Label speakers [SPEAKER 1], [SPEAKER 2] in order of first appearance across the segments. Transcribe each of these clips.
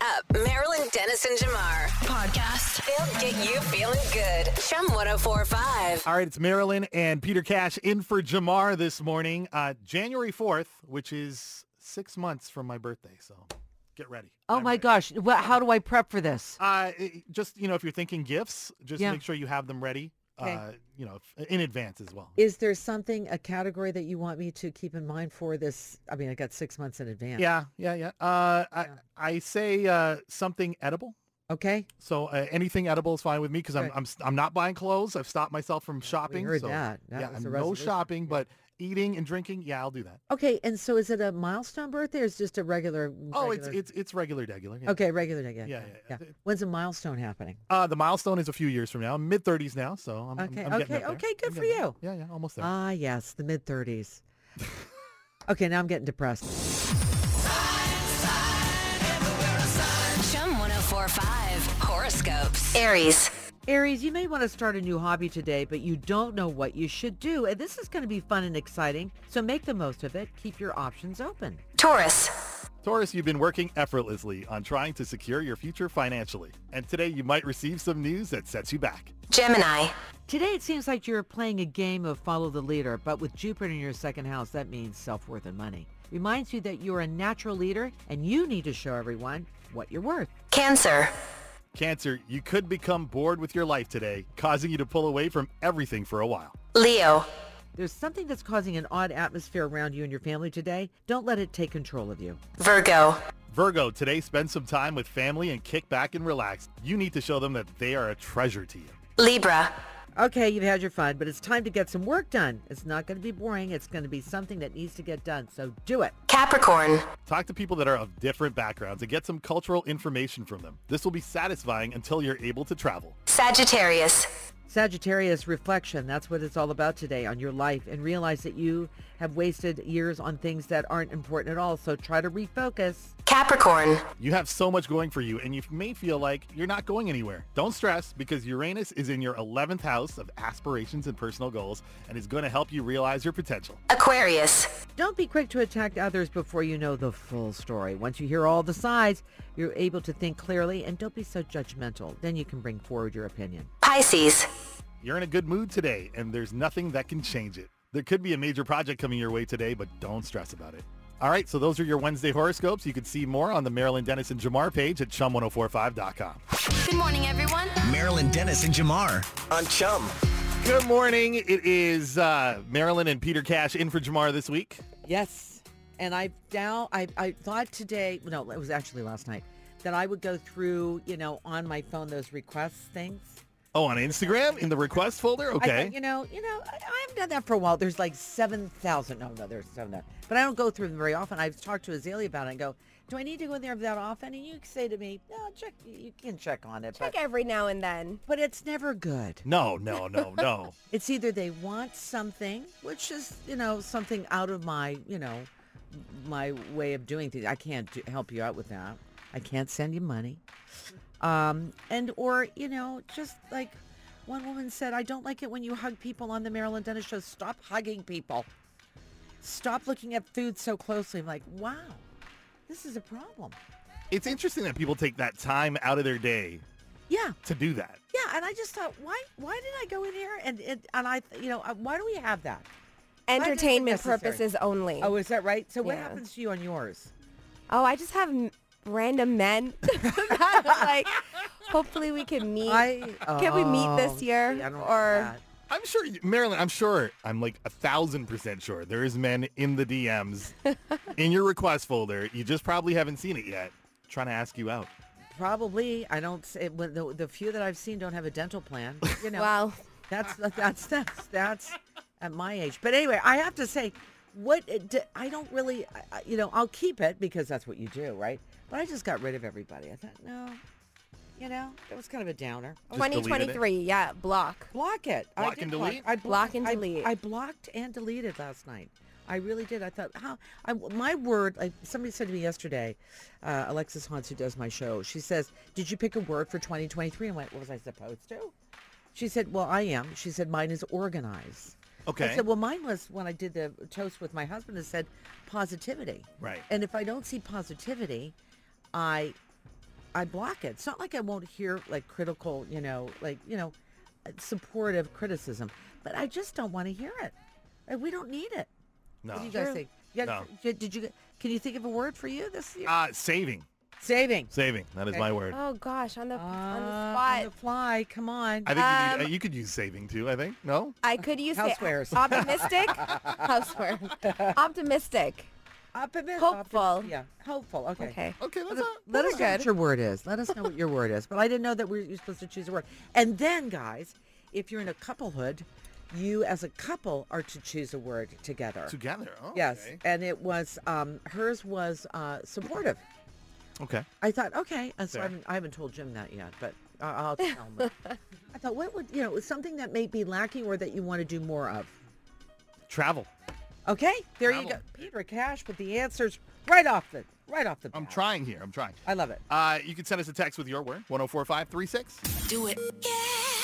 [SPEAKER 1] up. Marilyn Dennis and Jamar.
[SPEAKER 2] Podcast.
[SPEAKER 1] They'll get you feeling good. Chum 1045.
[SPEAKER 3] All right, it's Marilyn and Peter Cash in for Jamar this morning. Uh, January 4th, which is six months from my birthday. So get ready.
[SPEAKER 4] Oh
[SPEAKER 3] I'm
[SPEAKER 4] my
[SPEAKER 3] ready.
[SPEAKER 4] gosh. Well, how do I prep for this?
[SPEAKER 3] Uh, it- just, you know, if you're thinking gifts, just
[SPEAKER 4] Yeah.
[SPEAKER 3] make sure you have them ready,
[SPEAKER 4] Okay.
[SPEAKER 3] uh, you know, f- in advance as well.
[SPEAKER 4] Is there something, a category that you want me to keep in mind for this? I mean, I got six months in advance.
[SPEAKER 3] Yeah, yeah, yeah. Uh, I,
[SPEAKER 4] Yeah.
[SPEAKER 3] I say uh, something edible.
[SPEAKER 4] Okay.
[SPEAKER 3] So uh, anything edible is fine with me because I'm,
[SPEAKER 4] Good.
[SPEAKER 3] I'm, s- I'm not buying clothes. I've stopped myself from shopping.
[SPEAKER 4] heard
[SPEAKER 3] so,
[SPEAKER 4] that. That
[SPEAKER 3] yeah,
[SPEAKER 4] was a
[SPEAKER 3] no
[SPEAKER 4] resolution.
[SPEAKER 3] shopping, but eating and drinking, yeah, I'll do that.
[SPEAKER 4] Okay. And so is it a milestone birthday or is it just a regular?
[SPEAKER 3] Oh, it's,
[SPEAKER 4] regular-
[SPEAKER 3] it's, it's regular, regular. yeah.
[SPEAKER 4] Okay, regular day. Yeah,
[SPEAKER 3] Yeah,
[SPEAKER 4] yeah,
[SPEAKER 3] yeah,
[SPEAKER 4] yeah.
[SPEAKER 3] yeah.
[SPEAKER 4] When's a milestone happening?
[SPEAKER 3] Uh, the milestone is a few years from now. I'm mid thirties now, so I'm I'm-
[SPEAKER 4] Okay,
[SPEAKER 3] I'm getting
[SPEAKER 4] okay,
[SPEAKER 3] up there.
[SPEAKER 4] okay, good
[SPEAKER 3] I'm
[SPEAKER 4] for
[SPEAKER 3] getting
[SPEAKER 4] you.
[SPEAKER 3] up. Yeah, yeah, almost there.
[SPEAKER 4] Ah, yes, the mid 30s. okay, now I'm getting depressed.
[SPEAKER 1] Chum 1045. Horoscopes. Aries.
[SPEAKER 4] Aries, you may want to start a new hobby today, but you don't know what you should do. And this is going to be fun and exciting, so make the most of it. Keep your options open.
[SPEAKER 1] Taurus.
[SPEAKER 3] Taurus, you've been working effortlessly on trying to secure your future financially, and today you might receive some news that sets you back.
[SPEAKER 1] Gemini.
[SPEAKER 4] Today it seems like you're playing a game of follow the leader, but with Jupiter in your second house, that means self-worth and money. Reminds you that you're a natural leader and you need to show everyone what you're worth.
[SPEAKER 1] Cancer.
[SPEAKER 3] Cancer, you could become bored with your life today, causing you to pull away from everything for a while.
[SPEAKER 1] Leo.
[SPEAKER 4] There's something that's causing an odd atmosphere around you and your family today. Don't let it take control of you.
[SPEAKER 1] Virgo.
[SPEAKER 3] Virgo, today spend some time with family and kick back and relax. You need to show them that they are a treasure to you.
[SPEAKER 1] Libra.
[SPEAKER 4] Okay, you've had your fun, but it's time to get some work done. It's not going to be boring. It's going to be something that needs to get done. So do it.
[SPEAKER 1] Capricorn.
[SPEAKER 3] Talk to people that are of different backgrounds and get some cultural information from them. This will be satisfying until you're able to travel.
[SPEAKER 1] Sagittarius.
[SPEAKER 4] Sagittarius reflection, that's what it's all about today on your life and realize that you have wasted years on things that aren't important at all. So try to refocus.
[SPEAKER 1] Capricorn.
[SPEAKER 3] You have so much going for you, and you may feel like you're not going anywhere. Don't stress because Uranus is in your 11th house of aspirations and personal goals and is going to help you realize your potential.
[SPEAKER 1] Aquarius.
[SPEAKER 4] Don't be quick to attack others before you know the full story. Once you hear all the sides, you're able to think clearly and don't be so judgmental. Then you can bring forward your opinion.
[SPEAKER 1] Pisces.
[SPEAKER 3] You're in a good mood today, and there's nothing that can change it. There could be a major project coming your way today, but don't stress about it. All right, so those are your Wednesday horoscopes. You can see more on the Marilyn Dennis and Jamar page at chum1045.com.
[SPEAKER 1] Good morning, everyone.
[SPEAKER 5] Marilyn Dennis and Jamar on Chum.
[SPEAKER 3] Good morning. It is uh, Marilyn and Peter Cash in for Jamar this week.
[SPEAKER 4] Yes. And I now I, I thought today, no, it was actually last night, that I would go through, you know, on my phone those requests things.
[SPEAKER 3] Oh, on Instagram in the request folder?
[SPEAKER 4] I thought,
[SPEAKER 3] Okay.
[SPEAKER 4] you know, you know, I, I've done that for a while. There's like seven thousand. No, no, there's seven thousand. But I don't go through them very often. I've talked to Azalea about it and go, do I need to go in there that often? And you say to me, no, check. You can check on it,
[SPEAKER 6] Like
[SPEAKER 4] but
[SPEAKER 6] every now and then.
[SPEAKER 4] but it's never good.
[SPEAKER 3] No, no, no, no.
[SPEAKER 4] It's either they want something, which is you know something out of my you know my way of doing things. I can't do, help you out with that. I can't send you money. Um, and or you know just like one woman said, I don't like it when you hug people on the Marilyn Dennis show. Stop hugging people. Stop looking at food so closely. I'm like, wow, this is a problem.
[SPEAKER 3] it's interesting that people take that time out of their day
[SPEAKER 4] Yeah,
[SPEAKER 3] to do that.
[SPEAKER 4] yeah. And I just thought, why why did I go in here? And and, and I you know uh, why do we have that? is it
[SPEAKER 6] Entertainment
[SPEAKER 4] necessary?
[SPEAKER 6] purposes only.
[SPEAKER 4] Oh, is that right? So what
[SPEAKER 6] Yeah.
[SPEAKER 4] happens to you on yours?
[SPEAKER 6] Oh, I just have m- random men. like, hopefully we can meet. Can we meet this
[SPEAKER 4] oh,
[SPEAKER 6] year?
[SPEAKER 4] see, I don't like
[SPEAKER 6] or
[SPEAKER 4] that.
[SPEAKER 3] I'm sure, Marilyn, I'm sure, I'm like a thousand percent sure there is men in the DMs in your request folder. You just probably haven't seen it yet. Trying to ask you out.
[SPEAKER 4] probably I don't. Say, well, the, the few that I've seen don't have a dental plan. You know,
[SPEAKER 6] well,
[SPEAKER 4] that's that's that's that's at my age. But anyway, I have to say, what it d- I don't really, I- I- you know, I'll keep it because that's what you do, right? But I just got rid of everybody. I thought, no, you know, that was kind of a downer.
[SPEAKER 3] Just deleted it.
[SPEAKER 6] 2023. Yeah, block.
[SPEAKER 4] Block it. I
[SPEAKER 3] Block
[SPEAKER 4] did
[SPEAKER 3] and delete?
[SPEAKER 4] I
[SPEAKER 6] Block and
[SPEAKER 4] I-
[SPEAKER 6] delete.
[SPEAKER 4] I, blocked and deleted last night. I really did. I thought, how? I, my word. Like somebody said to me yesterday, uh, Alexis Hans, who does my show, she says, "Did you pick a word for 2023?" I went, "What was I supposed to?" She said, "Well, I am." She said, "Mine is organized."
[SPEAKER 3] Okay.
[SPEAKER 4] I said, "Well, mine was when I did the toast with my husband. It said positivity."
[SPEAKER 3] Right.
[SPEAKER 4] And if I don't see positivity, I I block it. It's not like I won't hear like critical, you know, like, you know, uh, supportive criticism, but I just don't want to hear it. Like, we don't need it.
[SPEAKER 3] No.
[SPEAKER 4] What do you guys think? You got-
[SPEAKER 3] No.
[SPEAKER 4] you- Did you? Can you think of a word for you this year?
[SPEAKER 3] Uh, saving.
[SPEAKER 4] Saving.
[SPEAKER 3] Saving. That is
[SPEAKER 4] Okay.
[SPEAKER 3] my word.
[SPEAKER 6] Oh gosh, on the on
[SPEAKER 4] Uh,
[SPEAKER 6] the
[SPEAKER 4] on
[SPEAKER 6] spot.
[SPEAKER 4] the fly. Come on.
[SPEAKER 3] I think you, need,
[SPEAKER 6] um,
[SPEAKER 3] uh, you could use saving too, I think. No?
[SPEAKER 6] I could use it.
[SPEAKER 4] Housewares.
[SPEAKER 6] Optimistic. Housewares. Optimistic.
[SPEAKER 4] Optimi- optimi-
[SPEAKER 6] Hopeful.
[SPEAKER 4] Yeah. Hopeful. Okay.
[SPEAKER 6] Okay.
[SPEAKER 3] Okay, that's not.
[SPEAKER 4] Let
[SPEAKER 6] Those
[SPEAKER 4] us
[SPEAKER 6] are
[SPEAKER 4] know what
[SPEAKER 6] good.
[SPEAKER 4] your word is. Let us know what your word is. But I didn't know that we you're supposed to choose a word. And then, guys, if you're in a couplehood, you as a couple are to choose a word together.
[SPEAKER 3] Together. Oh,
[SPEAKER 4] Yes.
[SPEAKER 3] Okay.
[SPEAKER 4] And it was um, hers was uh, supportive.
[SPEAKER 3] okay.
[SPEAKER 4] I thought, okay, and so I
[SPEAKER 3] Fair.
[SPEAKER 4] haven't, I haven't told Jim that yet, but I- I'll tell him. I thought, what would you know? It's something that may be lacking or that you want to do more of.
[SPEAKER 3] Travel.
[SPEAKER 4] Okay, there you go,
[SPEAKER 3] Travel.
[SPEAKER 4] Peter Cash. But the answers right off the right off the.
[SPEAKER 3] I'm
[SPEAKER 4] bat.
[SPEAKER 3] trying here. I'm trying.
[SPEAKER 4] I love it.
[SPEAKER 3] Uh, you can send us a text with your word, 104536.
[SPEAKER 1] Do it.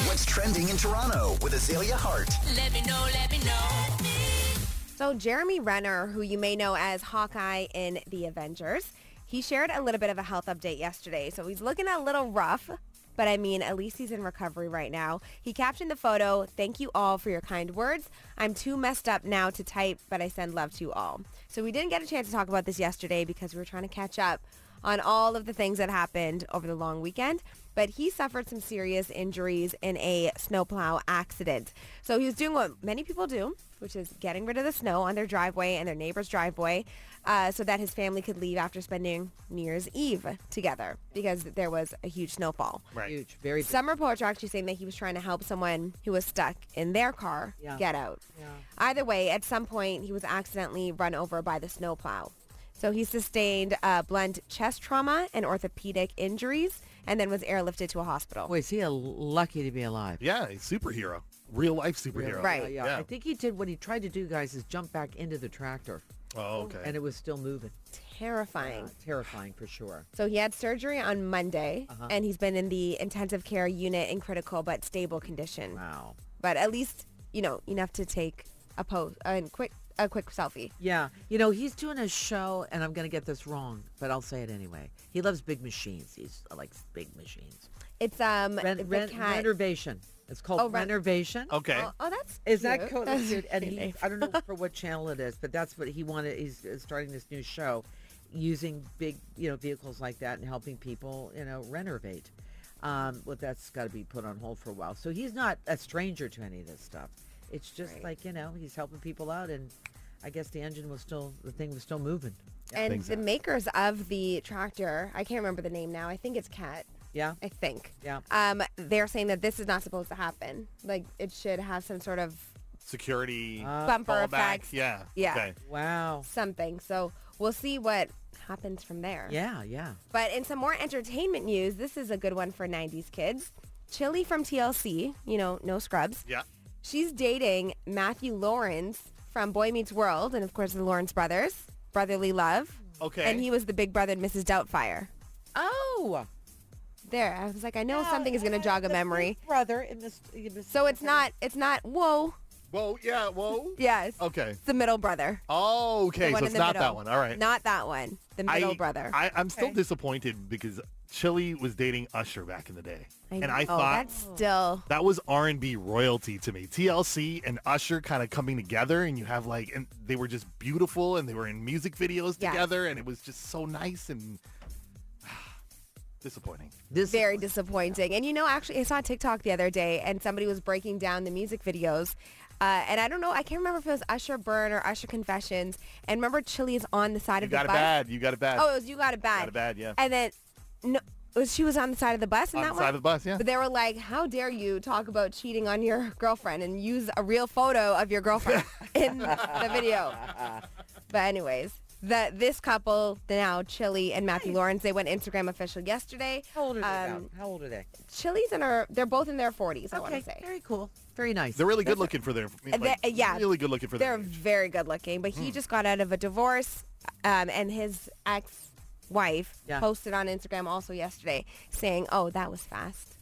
[SPEAKER 5] What's trending in Toronto with Azalea Hart?
[SPEAKER 1] Let me know, let me know.
[SPEAKER 6] So Jeremy Renner, who you may know as Hawkeye in The Avengers, he shared a little bit of a health update yesterday. So he's looking a little rough, but I mean, at least he's in recovery right now. He captioned the photo, thank you all for your kind words. I'm too messed up now to type, but I send love to you all. So we didn't get a chance to talk about this yesterday because we were trying to catch up on all of the things that happened over the long weekend. But he suffered some serious injuries in a snowplow accident. So he was doing what many people do, which is getting rid of the snow on their driveway and their neighbor's driveway uh, so that his family could leave after spending New Year's Eve together because there was a huge snowfall.
[SPEAKER 3] Right.
[SPEAKER 4] Huge, very. big.
[SPEAKER 6] Summer poets are actually saying that he was trying to help someone who was stuck in their car
[SPEAKER 4] Yeah.
[SPEAKER 6] get out. Either way, at some point, he was accidentally run over by the snowplow. So he sustained uh, blunt chest trauma and orthopedic injuries and then was airlifted to a hospital.
[SPEAKER 4] Boy, is he a lucky to be alive.
[SPEAKER 3] Yeah, a superhero. Real life superhero.
[SPEAKER 6] Right.
[SPEAKER 4] Yeah,
[SPEAKER 3] Yeah.
[SPEAKER 4] I think he did what he tried to do, guys, is jump back into the tractor,
[SPEAKER 3] Oh, okay.
[SPEAKER 4] and it was still moving.
[SPEAKER 6] Terrifying.
[SPEAKER 4] Terrifying for sure.
[SPEAKER 6] So he had surgery on Monday
[SPEAKER 4] Uh-huh.
[SPEAKER 6] and he's been in the intensive care unit in critical but stable condition.
[SPEAKER 4] Wow.
[SPEAKER 6] But at least, you know, enough to take a pose and quick a quick selfie.
[SPEAKER 4] Yeah, you know he's doing a show, and I'm gonna get this wrong, but I'll say it anyway. He loves big machines. He's he likes big machines.
[SPEAKER 6] It's um the
[SPEAKER 4] Ren- ren-
[SPEAKER 6] cat.
[SPEAKER 4] renovation. It's called
[SPEAKER 6] Oh, ren-
[SPEAKER 4] renovation.
[SPEAKER 3] okay.
[SPEAKER 6] Oh, oh, that's
[SPEAKER 4] Is that
[SPEAKER 6] cute.
[SPEAKER 4] cool?
[SPEAKER 6] That's
[SPEAKER 4] That's it. And
[SPEAKER 6] a cute
[SPEAKER 4] he,
[SPEAKER 6] name.
[SPEAKER 4] I don't know for what channel it is, but that's what he wanted. He's uh, starting this new show, using big, you know, vehicles like that and helping people, you know, renovate. Um, well, that's got to be put on hold for a while. So he's not a stranger to any of this stuff. It's just
[SPEAKER 6] Right.
[SPEAKER 4] like you know, he's helping people out, and I guess the engine was still, the thing was still moving.
[SPEAKER 6] And
[SPEAKER 3] Things
[SPEAKER 6] the
[SPEAKER 3] happen.
[SPEAKER 6] makers of the tractor, I can't remember the name now. I think it's Cat.
[SPEAKER 4] Yeah.
[SPEAKER 6] I think.
[SPEAKER 4] Yeah.
[SPEAKER 6] Um, they're saying that this is not supposed to happen. Like it should have some sort of
[SPEAKER 3] Security.
[SPEAKER 6] bumper
[SPEAKER 3] Uh, fallback.
[SPEAKER 6] effect,
[SPEAKER 3] Yeah.
[SPEAKER 6] Um, Yeah.
[SPEAKER 3] Okay.
[SPEAKER 4] Wow.
[SPEAKER 6] something. So we'll see what happens from there.
[SPEAKER 4] Yeah. Yeah.
[SPEAKER 6] But in some more entertainment news, this is a good one for 90s kids. Chili from TLC, you know, no scrubs.
[SPEAKER 3] Yeah.
[SPEAKER 6] She's dating Matthew Lawrence from Boy Meets World and of course the Lawrence brothers, Brotherly Love.
[SPEAKER 3] Okay.
[SPEAKER 6] And he was the big brother in Mrs. Doubtfire.
[SPEAKER 4] Oh.
[SPEAKER 6] There, I was like, I know something is going to jog a memory.
[SPEAKER 4] Brother, it missed, you missed
[SPEAKER 6] So it's not, it's not, whoa.
[SPEAKER 3] Whoa. Yeah. Whoa.
[SPEAKER 6] Yes.
[SPEAKER 3] Okay.
[SPEAKER 6] It's the middle brother.
[SPEAKER 3] Oh, okay.
[SPEAKER 6] The one
[SPEAKER 3] So
[SPEAKER 6] in
[SPEAKER 3] it's
[SPEAKER 6] the
[SPEAKER 3] not
[SPEAKER 6] middle.
[SPEAKER 3] that one. All right.
[SPEAKER 6] Not that one. The middle
[SPEAKER 3] I,
[SPEAKER 6] brother.
[SPEAKER 3] I, I'm still
[SPEAKER 6] Okay.
[SPEAKER 3] disappointed because Chili was dating Usher back in the day, and I
[SPEAKER 6] know,
[SPEAKER 3] thought
[SPEAKER 6] Oh, that's still
[SPEAKER 3] that was R&B royalty to me. TLC and Usher kind of coming together, and you have like, and they were just beautiful, and they were in music videos
[SPEAKER 6] Yeah.
[SPEAKER 3] together, and it was just so nice and disappointing.
[SPEAKER 4] this
[SPEAKER 6] very disappointing. And you know, actually, I saw a TikTok the other day, and somebody was breaking down the music videos. Uh, and I don't know, I can't remember if it was Usher Burn or Usher Confessions. And remember, Chili is on the side
[SPEAKER 3] You
[SPEAKER 6] of the
[SPEAKER 3] got it
[SPEAKER 6] bus.
[SPEAKER 3] bad. You got it bad.
[SPEAKER 6] Oh, it was you got it bad.
[SPEAKER 3] Got It Bad, yeah.
[SPEAKER 6] And then, no, it was, she was on the side of the bus, and
[SPEAKER 3] on
[SPEAKER 6] that
[SPEAKER 3] the
[SPEAKER 6] one.
[SPEAKER 3] side of the bus, yeah.
[SPEAKER 6] But they were like, how dare you talk about cheating on your girlfriend and use a real photo of your girlfriend in the video. But anyways, the, this couple, the now Chili and Matthew Lawrence, they went Instagram official yesterday.
[SPEAKER 4] How old are they?
[SPEAKER 6] Um,
[SPEAKER 4] now? How old are they?
[SPEAKER 6] Chili's in her, they're both in their 40s, I want to say.
[SPEAKER 4] very cool. Very nice.
[SPEAKER 3] They're really good looking for their, like,
[SPEAKER 6] they- yeah.
[SPEAKER 3] really good looking for
[SPEAKER 6] They're
[SPEAKER 3] their age.
[SPEAKER 6] very good looking, but
[SPEAKER 4] Hmm.
[SPEAKER 6] he just got out of a divorce um, and his ex-wife
[SPEAKER 4] Yeah.
[SPEAKER 6] posted on Instagram also yesterday saying, oh, that was fast.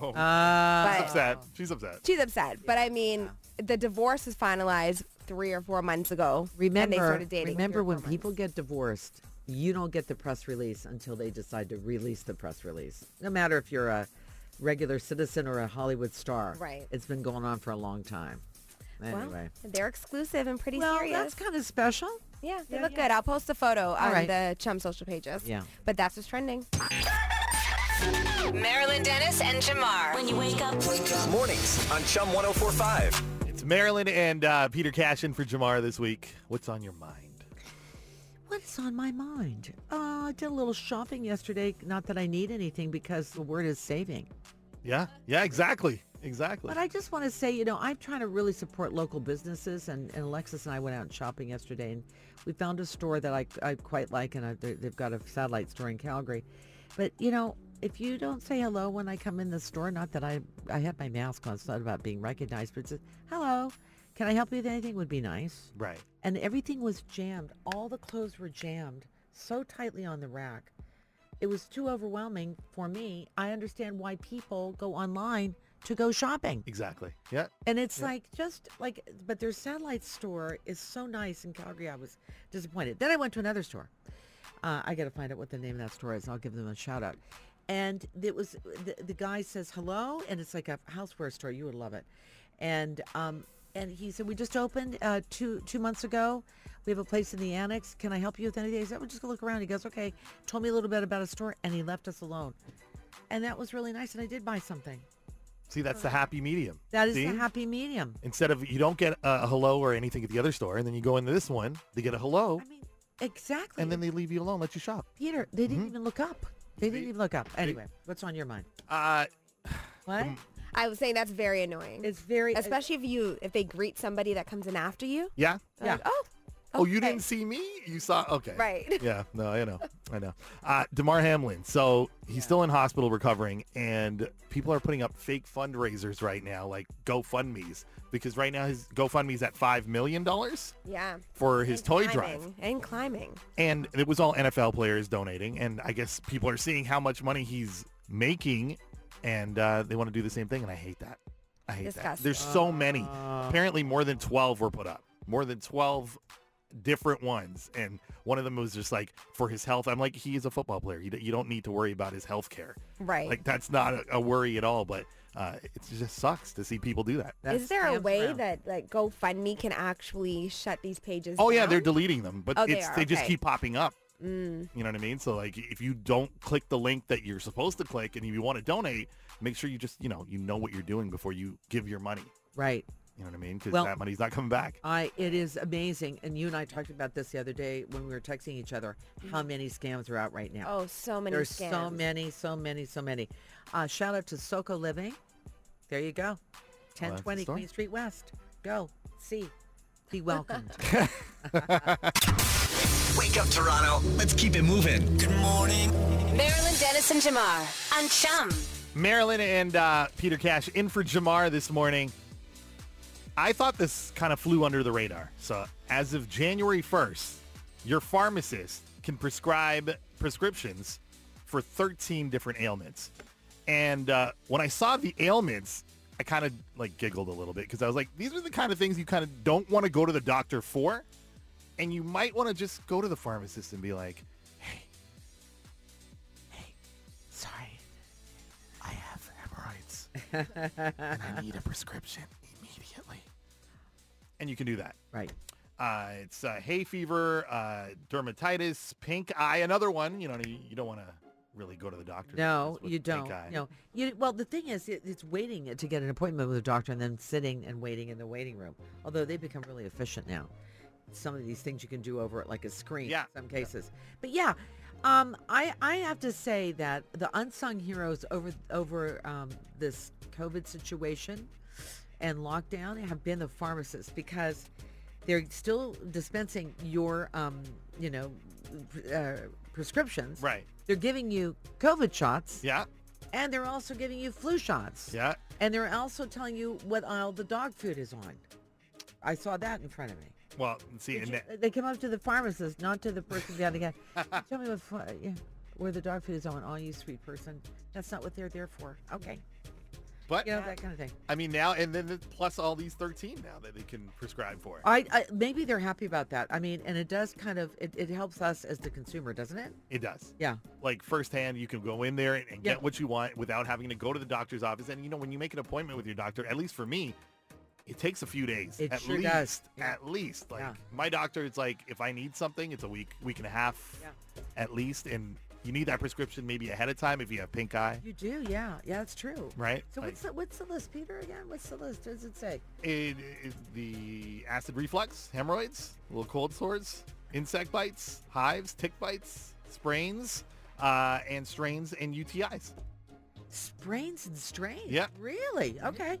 [SPEAKER 3] Oh,
[SPEAKER 4] Uh,
[SPEAKER 6] But-
[SPEAKER 3] upset. She's upset.
[SPEAKER 6] She's upset, but I mean, the divorce was finalized three or four months ago. and they
[SPEAKER 4] remember,
[SPEAKER 6] started dating
[SPEAKER 4] remember
[SPEAKER 6] three or
[SPEAKER 4] when
[SPEAKER 6] four
[SPEAKER 4] people
[SPEAKER 6] months.
[SPEAKER 4] get divorced, you don't get the press release until they decide to release the press release. No matter if you're a regular citizen or a Hollywood star.
[SPEAKER 6] Right.
[SPEAKER 4] It's been going on for a long time.
[SPEAKER 6] Well,
[SPEAKER 4] Anyway.
[SPEAKER 6] they're exclusive and pretty
[SPEAKER 4] Well,
[SPEAKER 6] serious.
[SPEAKER 4] that's kind of special.
[SPEAKER 6] yeah, they look good. I'll post a photo on
[SPEAKER 4] right.
[SPEAKER 6] the Chum social pages.
[SPEAKER 4] Yeah.
[SPEAKER 6] But that's what's trending.
[SPEAKER 1] Marilyn Dennis and Jamar.
[SPEAKER 2] When you wake up,
[SPEAKER 5] Mornings on Chum 1045.
[SPEAKER 3] It's Marilyn and uh, Peter Cashin for Jamar this week. What's on your mind?
[SPEAKER 4] What is on my mind? Uh, I did a little shopping yesterday. Not that I need anything because the word is saving.
[SPEAKER 3] Yeah, yeah, exactly, exactly.
[SPEAKER 4] But I just want to say, you know, I'm trying to really support local businesses. And, and Alexis and I went out shopping yesterday and we found a store that I, I quite like. And I, they- they've got a satellite store in Calgary. But, you know, if you don't say hello when I come in the store, not that I, I have my mask on, it's not about being recognized, but it's just, hello, can I help you with anything would be nice.
[SPEAKER 3] right.
[SPEAKER 4] And everything was jammed. All the clothes were jammed so tightly on the rack. It was too overwhelming for me. I understand why people go online to go shopping.
[SPEAKER 3] Exactly. Yeah.
[SPEAKER 4] And it's like just like but their satellite store is so nice in Calgary. I was disappointed. Then I went to another store. Uh, I got to find out what the name of that store is. I'll give them a shout out. And it was the, the guy says hello, and it's like a houseware store. You would love it. And um and he said we just opened uh, two two months ago. We have a place in the annex. Can I help you with anything? I said well, just go look around. He goes okay. Told me a little bit about a store, and he left us alone. And that was really nice. And I did buy something.
[SPEAKER 3] See, that's the happy medium.
[SPEAKER 4] That is
[SPEAKER 3] See?
[SPEAKER 4] the happy medium.
[SPEAKER 3] Instead of you don't get a hello or anything at the other store, and then you go into this one, they get a hello,
[SPEAKER 4] I mean, exactly.
[SPEAKER 3] and then they Mm-hmm. leave you alone, let you shop.
[SPEAKER 4] Peter, they didn't even look up. They didn't
[SPEAKER 3] See?
[SPEAKER 4] even look up. Anyway, what's on your mind?
[SPEAKER 3] Uh,
[SPEAKER 4] What?
[SPEAKER 3] Um,
[SPEAKER 6] I was saying that's very annoying.
[SPEAKER 4] It's very uh,
[SPEAKER 6] Especially if you if they greet somebody that comes in after you.
[SPEAKER 3] yeah.
[SPEAKER 6] They're like,
[SPEAKER 4] Yeah.
[SPEAKER 6] oh.
[SPEAKER 3] Oh, you
[SPEAKER 6] okay."
[SPEAKER 3] didn't see me? You saw? Okay.
[SPEAKER 6] Right.
[SPEAKER 3] Yeah. No, I know. I know. Uh, Damar Hamlin. So he's still in hospital recovering, and people are putting up fake fundraisers right now, like GoFundMe's, because right now his GoFundMe's at five million dollars
[SPEAKER 6] Yeah.
[SPEAKER 3] for his
[SPEAKER 6] And
[SPEAKER 3] toy
[SPEAKER 6] climbing,
[SPEAKER 3] drive,
[SPEAKER 6] And climbing.
[SPEAKER 3] and it was all NFL players donating, and I guess people are seeing how much money he's making, and uh, they want to do the same thing, and I hate that. I hate that.
[SPEAKER 6] Disgusting.
[SPEAKER 3] There's so many. Apparently, more than 12 were put up. More than 12 different ones, and one of them was just like for his health. I'm like, he is a football player. You, d- you don't need to worry about his health care.
[SPEAKER 6] Right.
[SPEAKER 3] Like that's not a, a worry at all. But uh, it just sucks to see people do that.
[SPEAKER 4] That's
[SPEAKER 6] Is there a
[SPEAKER 4] Sam's
[SPEAKER 6] way
[SPEAKER 4] round.
[SPEAKER 6] that like GoFundMe can actually shut these pages
[SPEAKER 3] Oh yeah,
[SPEAKER 6] down?
[SPEAKER 3] they're deleting them, but
[SPEAKER 6] Oh, they
[SPEAKER 3] it's
[SPEAKER 6] are,
[SPEAKER 3] they, just
[SPEAKER 6] okay. Mm.
[SPEAKER 3] keep popping up. You know what I mean? So like, if you don't click the link that you're supposed to click, and if you want to donate, make sure you just you know you know what you're doing before you give your money.
[SPEAKER 4] right?
[SPEAKER 3] You know what I mean? Because
[SPEAKER 4] Well-
[SPEAKER 3] that money's not coming back.
[SPEAKER 4] I it is amazing, and you and I talked about this the other day when we were texting each other. How many scams are out right now?
[SPEAKER 6] Mm-hmm. Oh, so many
[SPEAKER 4] There's
[SPEAKER 6] scams.
[SPEAKER 4] so many, so many, so many. Uh, shout out to Soco Living. There you go,
[SPEAKER 3] the
[SPEAKER 4] ten twenty
[SPEAKER 3] store.
[SPEAKER 4] Queen Street West. Go see, be welcomed.
[SPEAKER 5] Wake up, Toronto. Let's keep it moving. Good morning.
[SPEAKER 1] Marilyn Dennis and Jamar on Chum.
[SPEAKER 3] Marilyn and uh, Peter Cash in for Jamar this morning. I thought this kind of flew under the radar. So as of January 1st, your pharmacist can prescribe prescriptions for 13 different ailments. And uh, when I saw the ailments, I kind of like giggled a little bit because I was like, these are the kind of things you kind of don't want to go to the doctor for. And you might want to just go to the pharmacist and be like, Sorry, I have hemorrhoids and I need a prescription immediately. And you can do that.
[SPEAKER 4] right.
[SPEAKER 3] Uh, it's uh, hay fever, uh, dermatitis, pink eye, another one. You know, you, you don't want to really go to the doctor.
[SPEAKER 4] No,
[SPEAKER 3] sometimes with
[SPEAKER 4] you
[SPEAKER 3] pink
[SPEAKER 4] don't.
[SPEAKER 3] eye.
[SPEAKER 4] No, you. Well, the thing is, it, it's waiting to get an appointment with a doctor, and then sitting and waiting in the waiting room. Although they become really efficient now, some of these things you can do over it, like a screen.
[SPEAKER 3] Yeah.
[SPEAKER 4] In some cases, but yeah, um, I I have to say that the unsung heroes over over um, this COVID situation and lockdown have been the pharmacists because they're still dispensing your um, you know pr- uh, prescriptions
[SPEAKER 3] Right.
[SPEAKER 4] they're giving you COVID shots
[SPEAKER 3] Yeah,
[SPEAKER 4] and they're also giving you flu shots.
[SPEAKER 3] yeah.
[SPEAKER 4] And they're also telling you what aisle the dog food is on. I saw that in front of me.
[SPEAKER 3] Well, see,
[SPEAKER 4] Did
[SPEAKER 3] and
[SPEAKER 4] you- uh,
[SPEAKER 3] that-
[SPEAKER 4] they come up to the pharmacist, not to the person behind the guy. Tell me what, fu- yeah, where the dog food is on. Oh, you sweet person. That's not what they're there for. Okay.
[SPEAKER 3] But
[SPEAKER 4] you know, that kind of thing.
[SPEAKER 3] I mean now, and then plus all these 13 now that they can prescribe for.
[SPEAKER 4] I, I maybe they're happy about that. I mean, and it does kind of it, it helps us as the consumer, doesn't it?
[SPEAKER 3] It does.
[SPEAKER 4] Yeah.
[SPEAKER 3] Like firsthand, you can go in there and, and
[SPEAKER 4] Yeah.
[SPEAKER 3] get what you want without having to go to the doctor's office. And you know, when you make an appointment with your doctor, at least for me, it takes a few days.
[SPEAKER 4] It
[SPEAKER 3] at
[SPEAKER 4] sure
[SPEAKER 3] least,
[SPEAKER 4] does. Yeah.
[SPEAKER 3] At least. Like
[SPEAKER 4] Yeah.
[SPEAKER 3] my doctor, it's like if I need something, it's a week, week and a half
[SPEAKER 4] Yeah.
[SPEAKER 3] at least. And you need that prescription maybe ahead of time if you have pink eye.
[SPEAKER 4] You do, yeah. Yeah, it's true.
[SPEAKER 3] Right?
[SPEAKER 4] So
[SPEAKER 3] Like-
[SPEAKER 4] what's the what's the list, Peter? Again, what's the list? What does it say?
[SPEAKER 3] It, it- the acid reflux, hemorrhoids, little cold sores, insect bites, hives, tick bites, sprains, uh, and strains and UTIs.
[SPEAKER 4] Sprains and strains.
[SPEAKER 3] Yeah.
[SPEAKER 4] Really? Okay.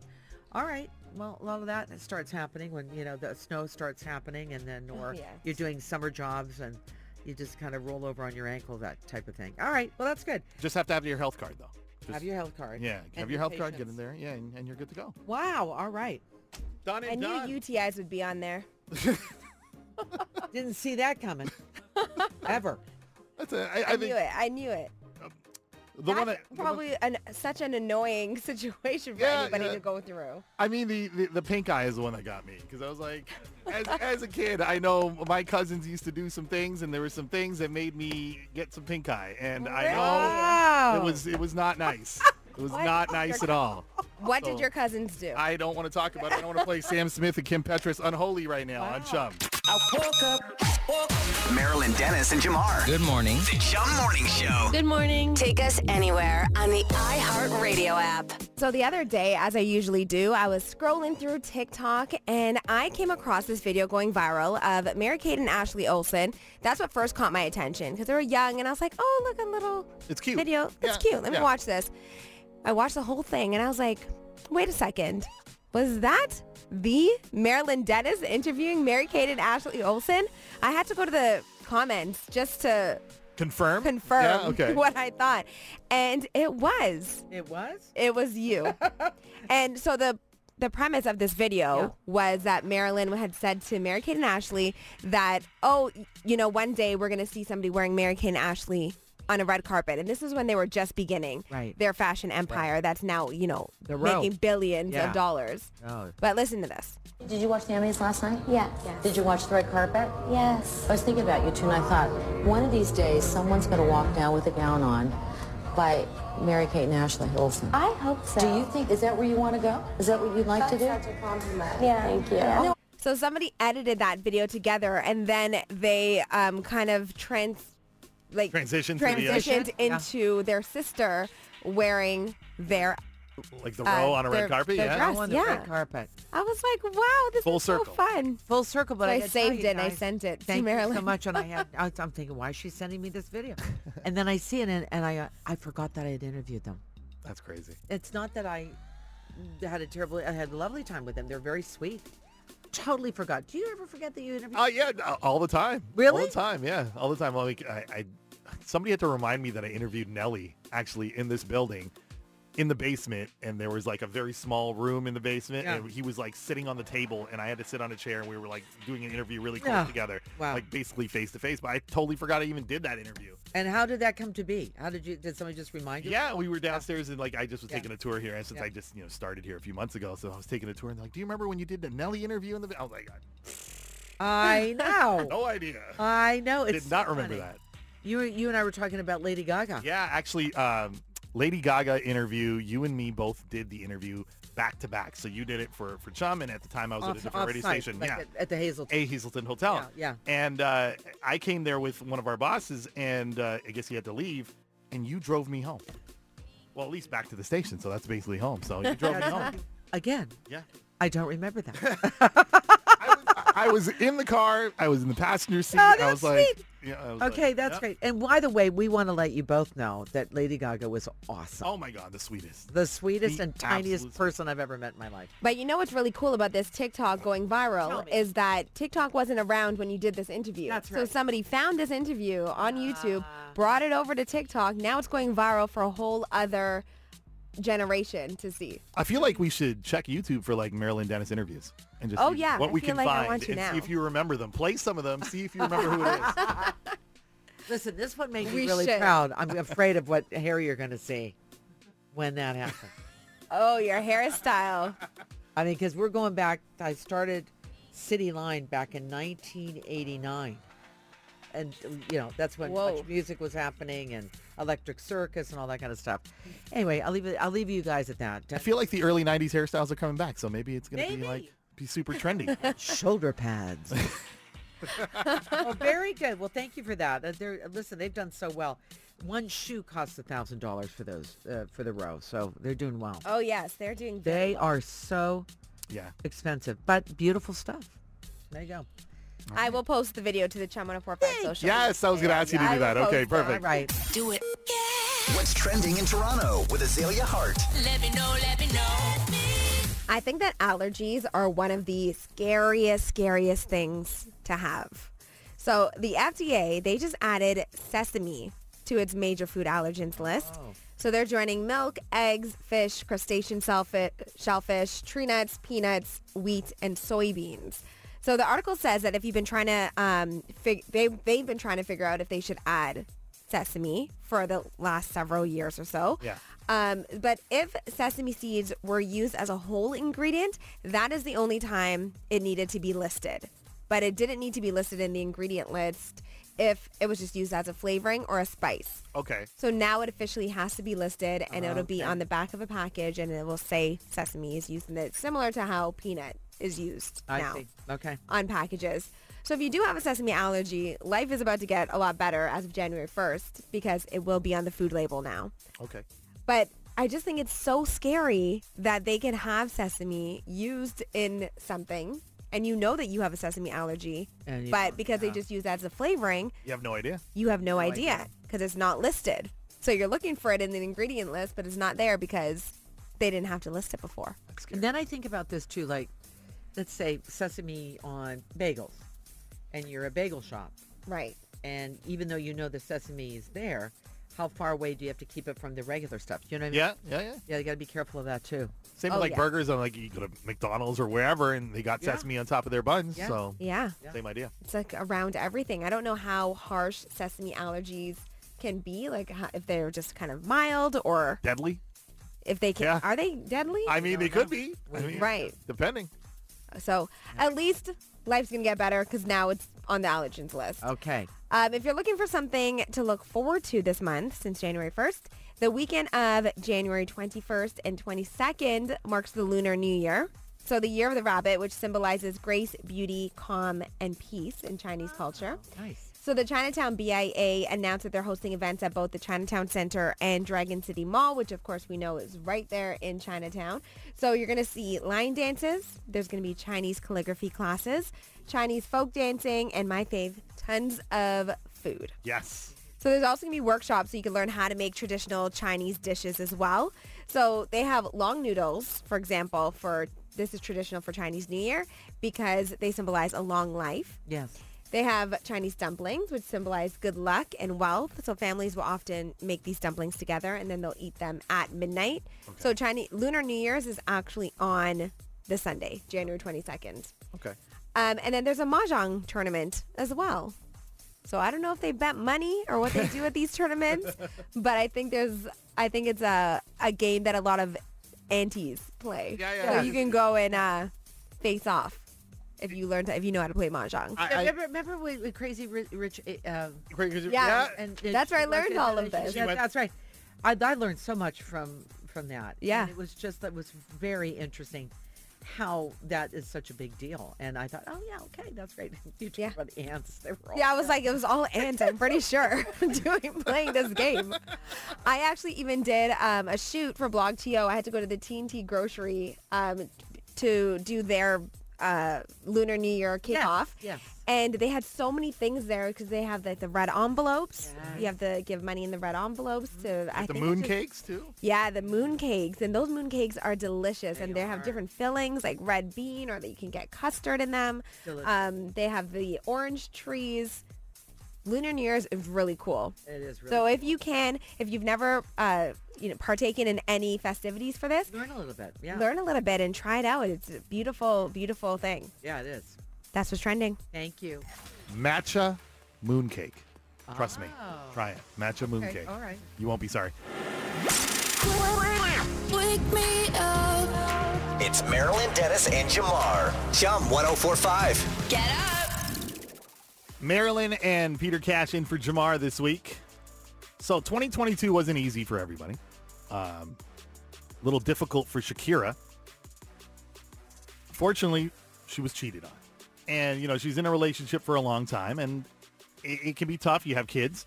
[SPEAKER 4] All right. Well, a lot of that starts happening when you know the snow starts happening, and then or
[SPEAKER 6] yeah.
[SPEAKER 4] you're doing summer jobs and you just kind of roll over on your ankle, that type of thing. All right. Well, that's good.
[SPEAKER 3] Just have to have your health card though. Just-
[SPEAKER 4] Have your health card.
[SPEAKER 3] yeah,
[SPEAKER 4] and
[SPEAKER 3] have your health card, get
[SPEAKER 4] patience.
[SPEAKER 3] in there, yeah, and, and you're good to go.
[SPEAKER 4] Wow. All right.
[SPEAKER 3] Done
[SPEAKER 6] I
[SPEAKER 3] and done.
[SPEAKER 6] knew UTIs would be on there.
[SPEAKER 4] Didn't see that coming. Ever.
[SPEAKER 3] That's a, I, I
[SPEAKER 6] I,
[SPEAKER 3] think
[SPEAKER 6] knew it. I knew it.
[SPEAKER 3] the
[SPEAKER 6] That's
[SPEAKER 3] one that the one-
[SPEAKER 6] probably an, such an annoying situation for
[SPEAKER 3] Yeah,
[SPEAKER 6] anybody
[SPEAKER 3] yeah.
[SPEAKER 6] to go through.
[SPEAKER 3] I mean, the, the, the pink eye is the one that got me because I was like, as, as a kid, I know my cousins used to do some things, and there were some things that made me get some pink eye, and I know
[SPEAKER 4] Wow.
[SPEAKER 3] it was it was not nice. It was
[SPEAKER 6] What?
[SPEAKER 3] not nice at all.
[SPEAKER 6] What
[SPEAKER 3] So-
[SPEAKER 6] did your cousins do?
[SPEAKER 3] I don't want to talk about it. I don't want to play Sam Smith and Kim Petras unholy right now on Chum.
[SPEAKER 5] Marilyn Dennis and Jamar.
[SPEAKER 2] Good morning.
[SPEAKER 5] The Chum Morning Show.
[SPEAKER 7] Good morning.
[SPEAKER 1] Take us anywhere on the iHeartRadio app.
[SPEAKER 6] So the other day, as I usually do, I was scrolling through TikTok and I came across this video going viral of Mary Kate and Ashley Olsen. That's what first caught my attention because they were young and I was like, oh, look, a little
[SPEAKER 3] It's cute.
[SPEAKER 6] video. It's
[SPEAKER 3] Yeah,
[SPEAKER 6] cute. Let me
[SPEAKER 3] yeah.
[SPEAKER 6] watch this. I watched the whole thing and I was like, wait a second. Was that the Marilyn Dennis interviewing Mary Kate and Ashley Olsen? I had to go to the comments just to
[SPEAKER 3] Confirm.
[SPEAKER 6] confirm
[SPEAKER 3] Yeah. Okay.
[SPEAKER 6] what I thought. And it was.
[SPEAKER 4] It was.
[SPEAKER 6] It was you. and so the the premise of this video
[SPEAKER 4] Yeah.
[SPEAKER 6] was that Marilyn had said to Mary Kate and Ashley that, oh, you know, one day we're gonna see somebody wearing Mary Kate and Ashley on a red carpet. And this is when they were just beginning
[SPEAKER 4] Right.
[SPEAKER 6] their fashion empire that's now, you know,
[SPEAKER 4] The row.
[SPEAKER 6] making billions
[SPEAKER 4] Yeah.
[SPEAKER 6] of dollars.
[SPEAKER 4] Oh.
[SPEAKER 6] But listen to this.
[SPEAKER 8] Did you watch the Emmys last night?
[SPEAKER 9] Yes.
[SPEAKER 8] Did you watch the red carpet?
[SPEAKER 9] Yes.
[SPEAKER 8] I was thinking about you too, and I thought one of these days someone's going to walk down with a gown on by Mary Kate and Ashley Olsen.
[SPEAKER 9] I hope so.
[SPEAKER 8] Do you think is that where you want to go? Is that what you'd like to do?
[SPEAKER 9] Yeah. Thank you.
[SPEAKER 6] So somebody edited that video together, and then they um, kind of trans, like
[SPEAKER 3] Transitioned to the-
[SPEAKER 6] transitioned
[SPEAKER 4] Yeah.
[SPEAKER 6] into their sister wearing their
[SPEAKER 3] Like the
[SPEAKER 6] uh,
[SPEAKER 3] row on a
[SPEAKER 6] their-
[SPEAKER 3] red carpet.
[SPEAKER 6] their
[SPEAKER 3] Yeah.
[SPEAKER 6] dress.
[SPEAKER 4] Oh, on the
[SPEAKER 6] yeah.
[SPEAKER 4] red carpet.
[SPEAKER 6] I was like, wow, this
[SPEAKER 3] Full
[SPEAKER 6] is so
[SPEAKER 3] circle.
[SPEAKER 6] fun.
[SPEAKER 4] Full circle, but
[SPEAKER 6] So
[SPEAKER 4] I,
[SPEAKER 6] I
[SPEAKER 4] gotta
[SPEAKER 6] saved
[SPEAKER 4] tell you
[SPEAKER 6] it and I
[SPEAKER 4] guys,
[SPEAKER 6] sent it to
[SPEAKER 4] Thank you so
[SPEAKER 6] Marilyn.
[SPEAKER 4] much, and I had. I was- I'm thinking, why is she sending me this video? and then I see it, and, and I uh, I forgot that I had interviewed them.
[SPEAKER 3] That's crazy.
[SPEAKER 4] It's not that I had a terrible. I had a lovely time with them. They're very sweet. Totally forgot. Do you ever forget that you interviewed?
[SPEAKER 3] Oh yeah, uh, all the time. All
[SPEAKER 4] Really?
[SPEAKER 3] the time. Yeah, all the time. Like I, I, somebody had to remind me that I interviewed Nelly actually in this building, in the basement, and there was like a very small room in the basement,
[SPEAKER 4] Yeah.
[SPEAKER 3] and he was like sitting on the table, and I had to sit on a chair, and we were like doing an interview really close
[SPEAKER 4] Yeah.
[SPEAKER 3] together,
[SPEAKER 4] Wow.
[SPEAKER 3] like basically face to face. But I totally forgot I even did that interview.
[SPEAKER 4] And how did that come to be? How did you? Did somebody just remind you?
[SPEAKER 3] Yeah, we were downstairs and like I just was
[SPEAKER 4] Yeah.
[SPEAKER 3] taking a tour here, and since
[SPEAKER 4] Yeah.
[SPEAKER 3] I just you know started here a few months ago, so I was taking a tour and they're like, do you remember when you did the Nelly interview in the? ba-" I was like,
[SPEAKER 4] I know.
[SPEAKER 3] no idea.
[SPEAKER 4] I know. Uh, It's
[SPEAKER 3] did
[SPEAKER 4] so
[SPEAKER 3] not remember
[SPEAKER 4] funny.
[SPEAKER 3] that.
[SPEAKER 4] You were- you and I were talking about Lady Gaga.
[SPEAKER 3] Yeah, actually, um, Lady Gaga interview. You and me both did the interview back to back. So you did it for for Chum, and at the time I was at a different radio
[SPEAKER 4] off-site,
[SPEAKER 3] station.
[SPEAKER 4] like
[SPEAKER 3] yeah.
[SPEAKER 4] at, at the Hazelton.
[SPEAKER 3] a Hazelton Hotel.
[SPEAKER 4] Yeah,
[SPEAKER 3] And uh, I came there with one of our bosses, and uh, I guess he had to leave, and you drove me home. Well, at least back to the station. So that's basically home. So you drove me home.
[SPEAKER 4] Again,
[SPEAKER 3] Yeah.
[SPEAKER 4] I don't remember that.
[SPEAKER 3] I was, I was in the car. I was in the passenger seat. I was
[SPEAKER 4] Oh, that's
[SPEAKER 3] like,
[SPEAKER 4] sweet.
[SPEAKER 3] yeah, I was like,
[SPEAKER 4] okay, that's
[SPEAKER 3] yeah.
[SPEAKER 4] great. And by the way, we want to let you both know that Lady Gaga was awesome.
[SPEAKER 3] Oh my God, the sweetest.
[SPEAKER 4] the sweetest
[SPEAKER 3] the
[SPEAKER 4] and tiniest
[SPEAKER 3] absolute-
[SPEAKER 4] person I've ever met in my life.
[SPEAKER 6] But you know what's really cool about this TikTok going viral is that TikTok wasn't around when you did this interview.
[SPEAKER 4] That's
[SPEAKER 6] So
[SPEAKER 4] right. Ah.
[SPEAKER 6] somebody found this interview on YouTube, brought it over to TikTok. Now it's going viral for a whole other generation to see.
[SPEAKER 3] I feel like we should check YouTube for like Marilyn Dennis interviews and just
[SPEAKER 6] Oh,
[SPEAKER 3] see
[SPEAKER 6] yeah.
[SPEAKER 3] what
[SPEAKER 6] I
[SPEAKER 3] we
[SPEAKER 6] feel
[SPEAKER 3] can
[SPEAKER 6] like I
[SPEAKER 3] find
[SPEAKER 6] want to
[SPEAKER 3] and see
[SPEAKER 6] now.
[SPEAKER 3] if you remember them. Play some of them, see if you remember who it is.
[SPEAKER 4] Listen, this one made me
[SPEAKER 6] We
[SPEAKER 4] really
[SPEAKER 6] should.
[SPEAKER 4] proud. I'm afraid of what Harry you're going to see when that happens.
[SPEAKER 6] Oh, your hairstyle.
[SPEAKER 4] I mean, because we're going back, I started City Line back in 1989. And, you know, that's when
[SPEAKER 6] Whoa.
[SPEAKER 4] much music was happening and Electric Circus and all that kind of stuff. Anyway, I'll leave it, I'll leave you guys at that.
[SPEAKER 3] I feel like the early 90s hairstyles are coming back, so maybe it's going to be
[SPEAKER 4] Maybe.
[SPEAKER 3] like be super trendy.
[SPEAKER 4] Shoulder pads. oh, very good. Well, thank you for that. Uh, they're, listen, they've done so well. One shoe costs a thousand dollars for those uh, for the row, so they're doing well.
[SPEAKER 6] Oh, yes. They're doing very
[SPEAKER 4] They are so
[SPEAKER 3] yeah.
[SPEAKER 4] expensive, but beautiful stuff. There you go.
[SPEAKER 6] I will post the video to the Chum 1045 social.
[SPEAKER 3] Yes, I was going to ask you to
[SPEAKER 6] I
[SPEAKER 3] do
[SPEAKER 6] will
[SPEAKER 3] that.
[SPEAKER 6] post
[SPEAKER 3] Okay,
[SPEAKER 6] it.
[SPEAKER 4] All
[SPEAKER 3] perfect.
[SPEAKER 4] right.
[SPEAKER 1] Do it.
[SPEAKER 5] What's trending in Toronto with Azalea Hart?
[SPEAKER 1] Let me know, let me know.
[SPEAKER 6] I think that allergies are one of the scariest, scariest things to have. So the FDA, they just added sesame to its major food allergens list. So they're joining milk, eggs, fish, crustacean shellfish, shellfish, tree nuts, peanuts, wheat, and soybeans. So the article says that if you've been trying to, um, fig- they, they've been trying to figure out if they should add sesame for the last several years or so.
[SPEAKER 3] Yeah.
[SPEAKER 6] Um, but if sesame seeds were used as a whole ingredient, that is the only time it needed to be listed. But it didn't need to be listed in the ingredient list if it was just used as a flavoring or a spice.
[SPEAKER 3] Okay.
[SPEAKER 6] So now it officially has to be listed
[SPEAKER 4] Oh,
[SPEAKER 6] and it'll be on the back of a package and it will say sesame is used in it, similar to how peanut is used
[SPEAKER 4] I
[SPEAKER 6] now
[SPEAKER 4] see. Okay.
[SPEAKER 6] on packages. So if you do have a sesame allergy, life is about to get a lot better as of January 1st because it will be on the food label now.
[SPEAKER 3] Okay.
[SPEAKER 6] But I just think it's so scary that they can have sesame used in something and you know that you have a sesame allergy,
[SPEAKER 4] And you
[SPEAKER 6] but
[SPEAKER 4] don't,
[SPEAKER 6] because they just use that as a flavoring,
[SPEAKER 3] You have no idea.
[SPEAKER 6] you have no, idea because it's not listed. So you're looking for it in the ingredient list, but it's not there because they didn't have to list it before.
[SPEAKER 4] And then I think about this too, like let's say sesame on bagels and you're a bagel shop
[SPEAKER 6] Right.
[SPEAKER 4] and even though you know the sesame is there, how far away do you have to keep it from the regular stuff? You know what I mean?
[SPEAKER 3] Yeah, yeah, yeah.
[SPEAKER 4] Yeah, you gotta be careful of that too.
[SPEAKER 3] Same
[SPEAKER 6] Oh,
[SPEAKER 3] with like
[SPEAKER 6] yeah.
[SPEAKER 3] burgers on like you go to McDonald's or wherever and they got
[SPEAKER 4] Yeah.
[SPEAKER 3] sesame on top of their buns.
[SPEAKER 4] Yeah.
[SPEAKER 3] So
[SPEAKER 6] Yeah.
[SPEAKER 3] same idea.
[SPEAKER 6] It's like around everything. I don't know how harsh sesame allergies can be, like ho- if they're just kind of mild or
[SPEAKER 3] Deadly?
[SPEAKER 6] if they can.
[SPEAKER 3] Yeah.
[SPEAKER 6] Are they deadly?
[SPEAKER 3] I mean, they could be. I mean,
[SPEAKER 6] Right.
[SPEAKER 3] Depending.
[SPEAKER 6] So at least life's gonna get better because now it's on the allergens list.
[SPEAKER 3] Oh.
[SPEAKER 4] Okay.
[SPEAKER 6] Um, if you're looking for something to look forward to this month, since January 1st, the weekend of January 21st and 22nd marks the Lunar New Year. So the Year of the Rabbit, which symbolizes grace, beauty, calm, and peace in Chinese culture.
[SPEAKER 4] Nice.
[SPEAKER 6] So the Chinatown BIA announced that they're hosting events at both the Chinatown Center and Dragon City Mall, which of course we know is right there in Chinatown. So you're going to see line dances. There's going to be Chinese calligraphy classes, Chinese folk dancing, and my fave, tons of food.
[SPEAKER 3] Yes.
[SPEAKER 6] So there's also going to be workshops so you can learn how to make traditional Chinese dishes as well. So they have long noodles, for example, for this is traditional for Chinese New Year because they symbolize a long life.
[SPEAKER 4] Yes.
[SPEAKER 6] They have Chinese dumplings, which symbolize good luck and wealth. So families will often make these dumplings together, and then they'll eat them at midnight. So Chinese Lunar New Year's is actually on the Sunday, January twenty second.
[SPEAKER 3] Okay.
[SPEAKER 6] Um, and then there's a mahjong tournament as well. So I don't know if they bet money or what they do at these tournaments, but I think there's I think it's a a game that a lot of aunties play.
[SPEAKER 3] Yeah, yeah,
[SPEAKER 6] so
[SPEAKER 3] yeah.
[SPEAKER 6] you can go and uh, face off if you learn to, if you know how to play mahjong.
[SPEAKER 3] I, I,
[SPEAKER 4] remember, remember with, with Crazy Ri- Rich, uh, um,
[SPEAKER 3] yeah.
[SPEAKER 6] Yeah.
[SPEAKER 4] and
[SPEAKER 6] That's where I
[SPEAKER 4] she went
[SPEAKER 6] learned
[SPEAKER 4] in
[SPEAKER 6] all
[SPEAKER 4] and
[SPEAKER 6] of
[SPEAKER 4] she-
[SPEAKER 6] this.
[SPEAKER 4] yeah, that's right. I, I learned so much from from that.
[SPEAKER 6] Yeah.
[SPEAKER 4] and it was just that was very interesting how that is such a big deal. And I thought, oh yeah, okay, that's great. You talk
[SPEAKER 6] Yeah.
[SPEAKER 4] about ants, they were all
[SPEAKER 6] Yeah, I was like, it was all ants, I'm pretty sure, doing playing this game. I actually even did um, a shoot for Blog TO. I had to go to the Teen Tea Grocery um, to do their uh, Lunar New Year kickoff.
[SPEAKER 4] yes.
[SPEAKER 6] And they had so many things there because they have like the red envelopes. You have to give money in the red envelopes to I
[SPEAKER 3] The
[SPEAKER 6] think it's
[SPEAKER 3] moon
[SPEAKER 6] just-
[SPEAKER 3] cakes too.
[SPEAKER 6] Yeah, the moon cakes, and those moon cakes are delicious, and they have different fillings like red bean, or that you can get custard in them.
[SPEAKER 4] Delicious.
[SPEAKER 6] Um, they have the orange trees. Lunar New Year's is really cool.
[SPEAKER 4] It is really
[SPEAKER 6] So if you can, if you've never, uh, you know, partaken in any festivities for this,
[SPEAKER 4] learn a little bit. Yeah,
[SPEAKER 6] learn a little bit and try it out. It's a beautiful, beautiful thing.
[SPEAKER 4] yeah, it is.
[SPEAKER 6] That's what's trending.
[SPEAKER 4] Thank you.
[SPEAKER 3] Matcha moon cake. Trust me. Try it. Matcha moon
[SPEAKER 4] Okay,
[SPEAKER 3] cake.
[SPEAKER 4] all right.
[SPEAKER 3] You won't be sorry.
[SPEAKER 1] Wake me up.
[SPEAKER 5] It's Marilyn Dennis and Jamar. Chum 1045.
[SPEAKER 1] Get up.
[SPEAKER 3] Marilyn and Peter Cash in for Jamar this week. So 2022 wasn't easy for everybody. Um, a little difficult for Shakira. Fortunately, she was cheated on. And, you know, she's in a relationship for a long time, and it, it can be tough. You have kids.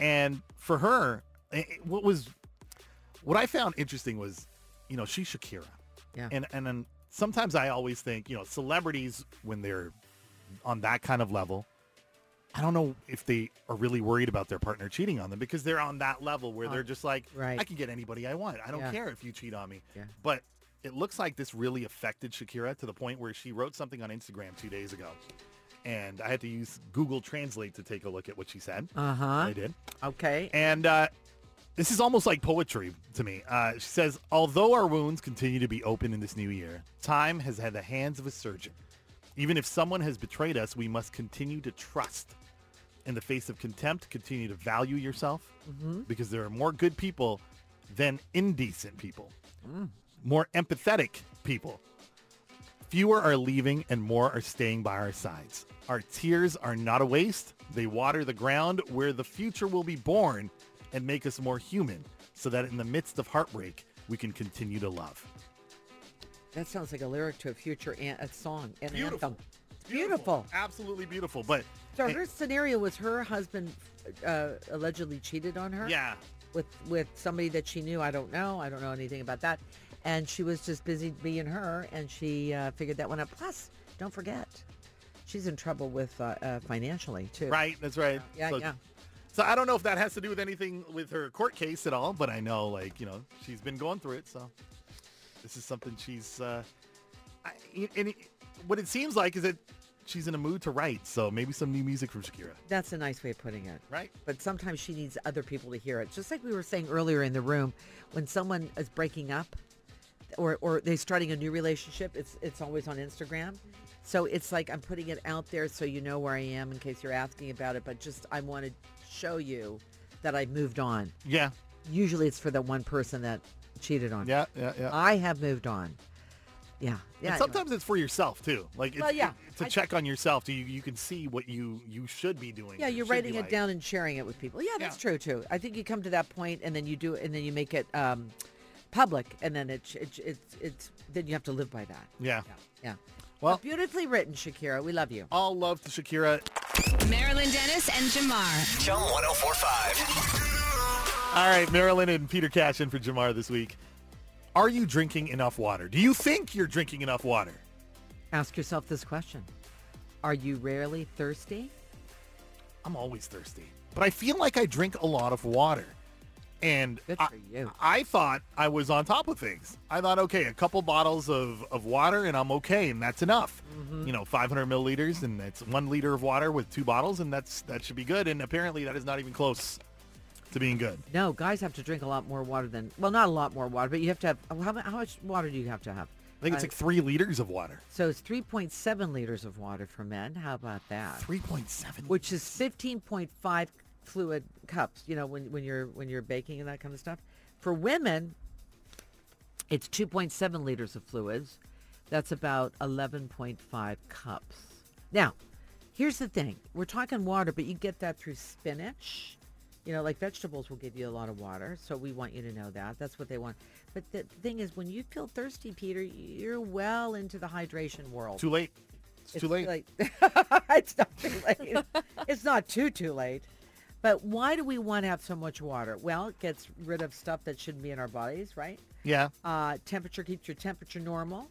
[SPEAKER 3] And for her, it, it- what was what I found interesting was, you know, she's Shakira.
[SPEAKER 4] Yeah.
[SPEAKER 3] And and then sometimes I always think, you know, celebrities when they're on that kind of level, I don't know if they are really worried about their partner cheating on them because they're on that level where they're just like,
[SPEAKER 4] Uh, right.
[SPEAKER 3] I can get anybody I want. I don't
[SPEAKER 4] Yeah.
[SPEAKER 3] care if you cheat on me.
[SPEAKER 4] Yeah.
[SPEAKER 3] But it looks like this really affected Shakira to the point where she wrote something on Instagram two days ago. And I had to use Google Translate to take a look at what she said.
[SPEAKER 4] Uh-huh.
[SPEAKER 3] I did.
[SPEAKER 4] Okay.
[SPEAKER 3] And uh, this is almost like poetry to me. Uh, she says, although our wounds continue to be open in this new year, time has had the hands of a surgeon. Even if someone has betrayed us, we must continue to trust. In the face of contempt, continue to value yourself because there are more good people than indecent people, more empathetic people. Fewer are leaving and more are staying by our sides. Our tears are not a waste. They water the ground where the future will be born and make us more human so that in the midst of heartbreak, we can continue to love.
[SPEAKER 4] That sounds like a lyric to a future an- a song, an
[SPEAKER 3] Beautiful.
[SPEAKER 4] anthem. It's beautiful.
[SPEAKER 3] Absolutely beautiful. But
[SPEAKER 4] So her scenario was her husband uh, allegedly cheated on her.
[SPEAKER 3] yeah,
[SPEAKER 4] With with somebody that she knew. I don't know. I don't know anything about that. And she was just busy being her, and she uh, figured that one out. Plus, don't forget, she's in trouble with uh, uh, financially too.
[SPEAKER 3] right. That's right.
[SPEAKER 4] Yeah,
[SPEAKER 3] so,
[SPEAKER 4] yeah.
[SPEAKER 3] So I don't know if that has to do with anything with her court case at all, but I know like, you know, she's been going through it. So this is something she's, uh, I, and it, what it seems like is that she's in a mood to write. So maybe some new music from Shakira.
[SPEAKER 4] That's a nice way of putting it.
[SPEAKER 3] Right.
[SPEAKER 4] But sometimes she needs other people to hear it. Just like we were saying earlier in the room, when someone is breaking up or, or they're starting a new relationship, it's it's always on Instagram. So it's like I'm putting it out there so you know where I am in case you're asking about it, but just I want to show you that I've moved on.
[SPEAKER 3] Yeah,
[SPEAKER 4] Usually it's for the one person that cheated on. me.
[SPEAKER 3] yeah, yeah, yeah.
[SPEAKER 4] I have moved on. Yeah. Yeah.
[SPEAKER 3] and
[SPEAKER 4] anyway.
[SPEAKER 3] sometimes it's for yourself too. Like, it's,
[SPEAKER 4] Well, yeah.
[SPEAKER 3] it- to
[SPEAKER 4] I-
[SPEAKER 3] check on yourself, so you you can see what you you should be doing.
[SPEAKER 4] Yeah,
[SPEAKER 3] or
[SPEAKER 4] you're
[SPEAKER 3] should be
[SPEAKER 4] writing it
[SPEAKER 3] like.
[SPEAKER 4] down and sharing it with people. Yeah, that's true too. I think you come to that point and then you do, and then you make it um, public, and then it's it's it's it's then you have to live by that.
[SPEAKER 3] Yeah.
[SPEAKER 4] yeah. yeah.
[SPEAKER 3] Well-
[SPEAKER 4] But beautifully written, Shakira. We love you.
[SPEAKER 3] All love to Shakira.
[SPEAKER 1] Marilyn Dennis and Jamar.
[SPEAKER 5] Chum 1045.
[SPEAKER 3] All right, Marilyn and Peter Cash in for Jamar this week. Are you drinking enough water? Do you think you're drinking enough water?
[SPEAKER 4] Ask yourself this question: Are you rarely thirsty?
[SPEAKER 3] I'm always thirsty, but I feel like I drink a lot of water. And
[SPEAKER 4] Good
[SPEAKER 3] I,
[SPEAKER 4] for you.
[SPEAKER 3] I thought I was on top of things. I thought, okay, a couple bottles of, of water and I'm okay, and that's enough.
[SPEAKER 4] Mm-hmm.
[SPEAKER 3] You know, 500 milliliters, and that's one liter of water with two bottles, and that's that should be good. And apparently, that is not even close to being good.
[SPEAKER 4] No, guys have to drink a lot more water than well, not a lot more water, but you have to have how, mu- how much water do you have to have?
[SPEAKER 3] I think it's
[SPEAKER 4] Uh,
[SPEAKER 3] like three liters of water.
[SPEAKER 4] so. It's three point seven liters of water for men. How about that?
[SPEAKER 3] 3.7.
[SPEAKER 4] which is 15.5 fluid cups you know when, when you're when you're baking and that kind of stuff for women it's 2.7 liters of fluids that's about 11.5 cups now here's the thing we're talking water but you get that through spinach you know like vegetables will give you a lot of water so we want you to know that that's what they want but the thing is when you feel thirsty peter you're well into the hydration world
[SPEAKER 3] Too late. It's, too late.
[SPEAKER 4] it's not too late. it's not too too late. But why do we want to have so much water? Well, it gets rid of stuff that shouldn't be in our bodies, right?
[SPEAKER 3] Yeah.
[SPEAKER 6] Um,
[SPEAKER 4] Uh, temperature keeps your temperature normal.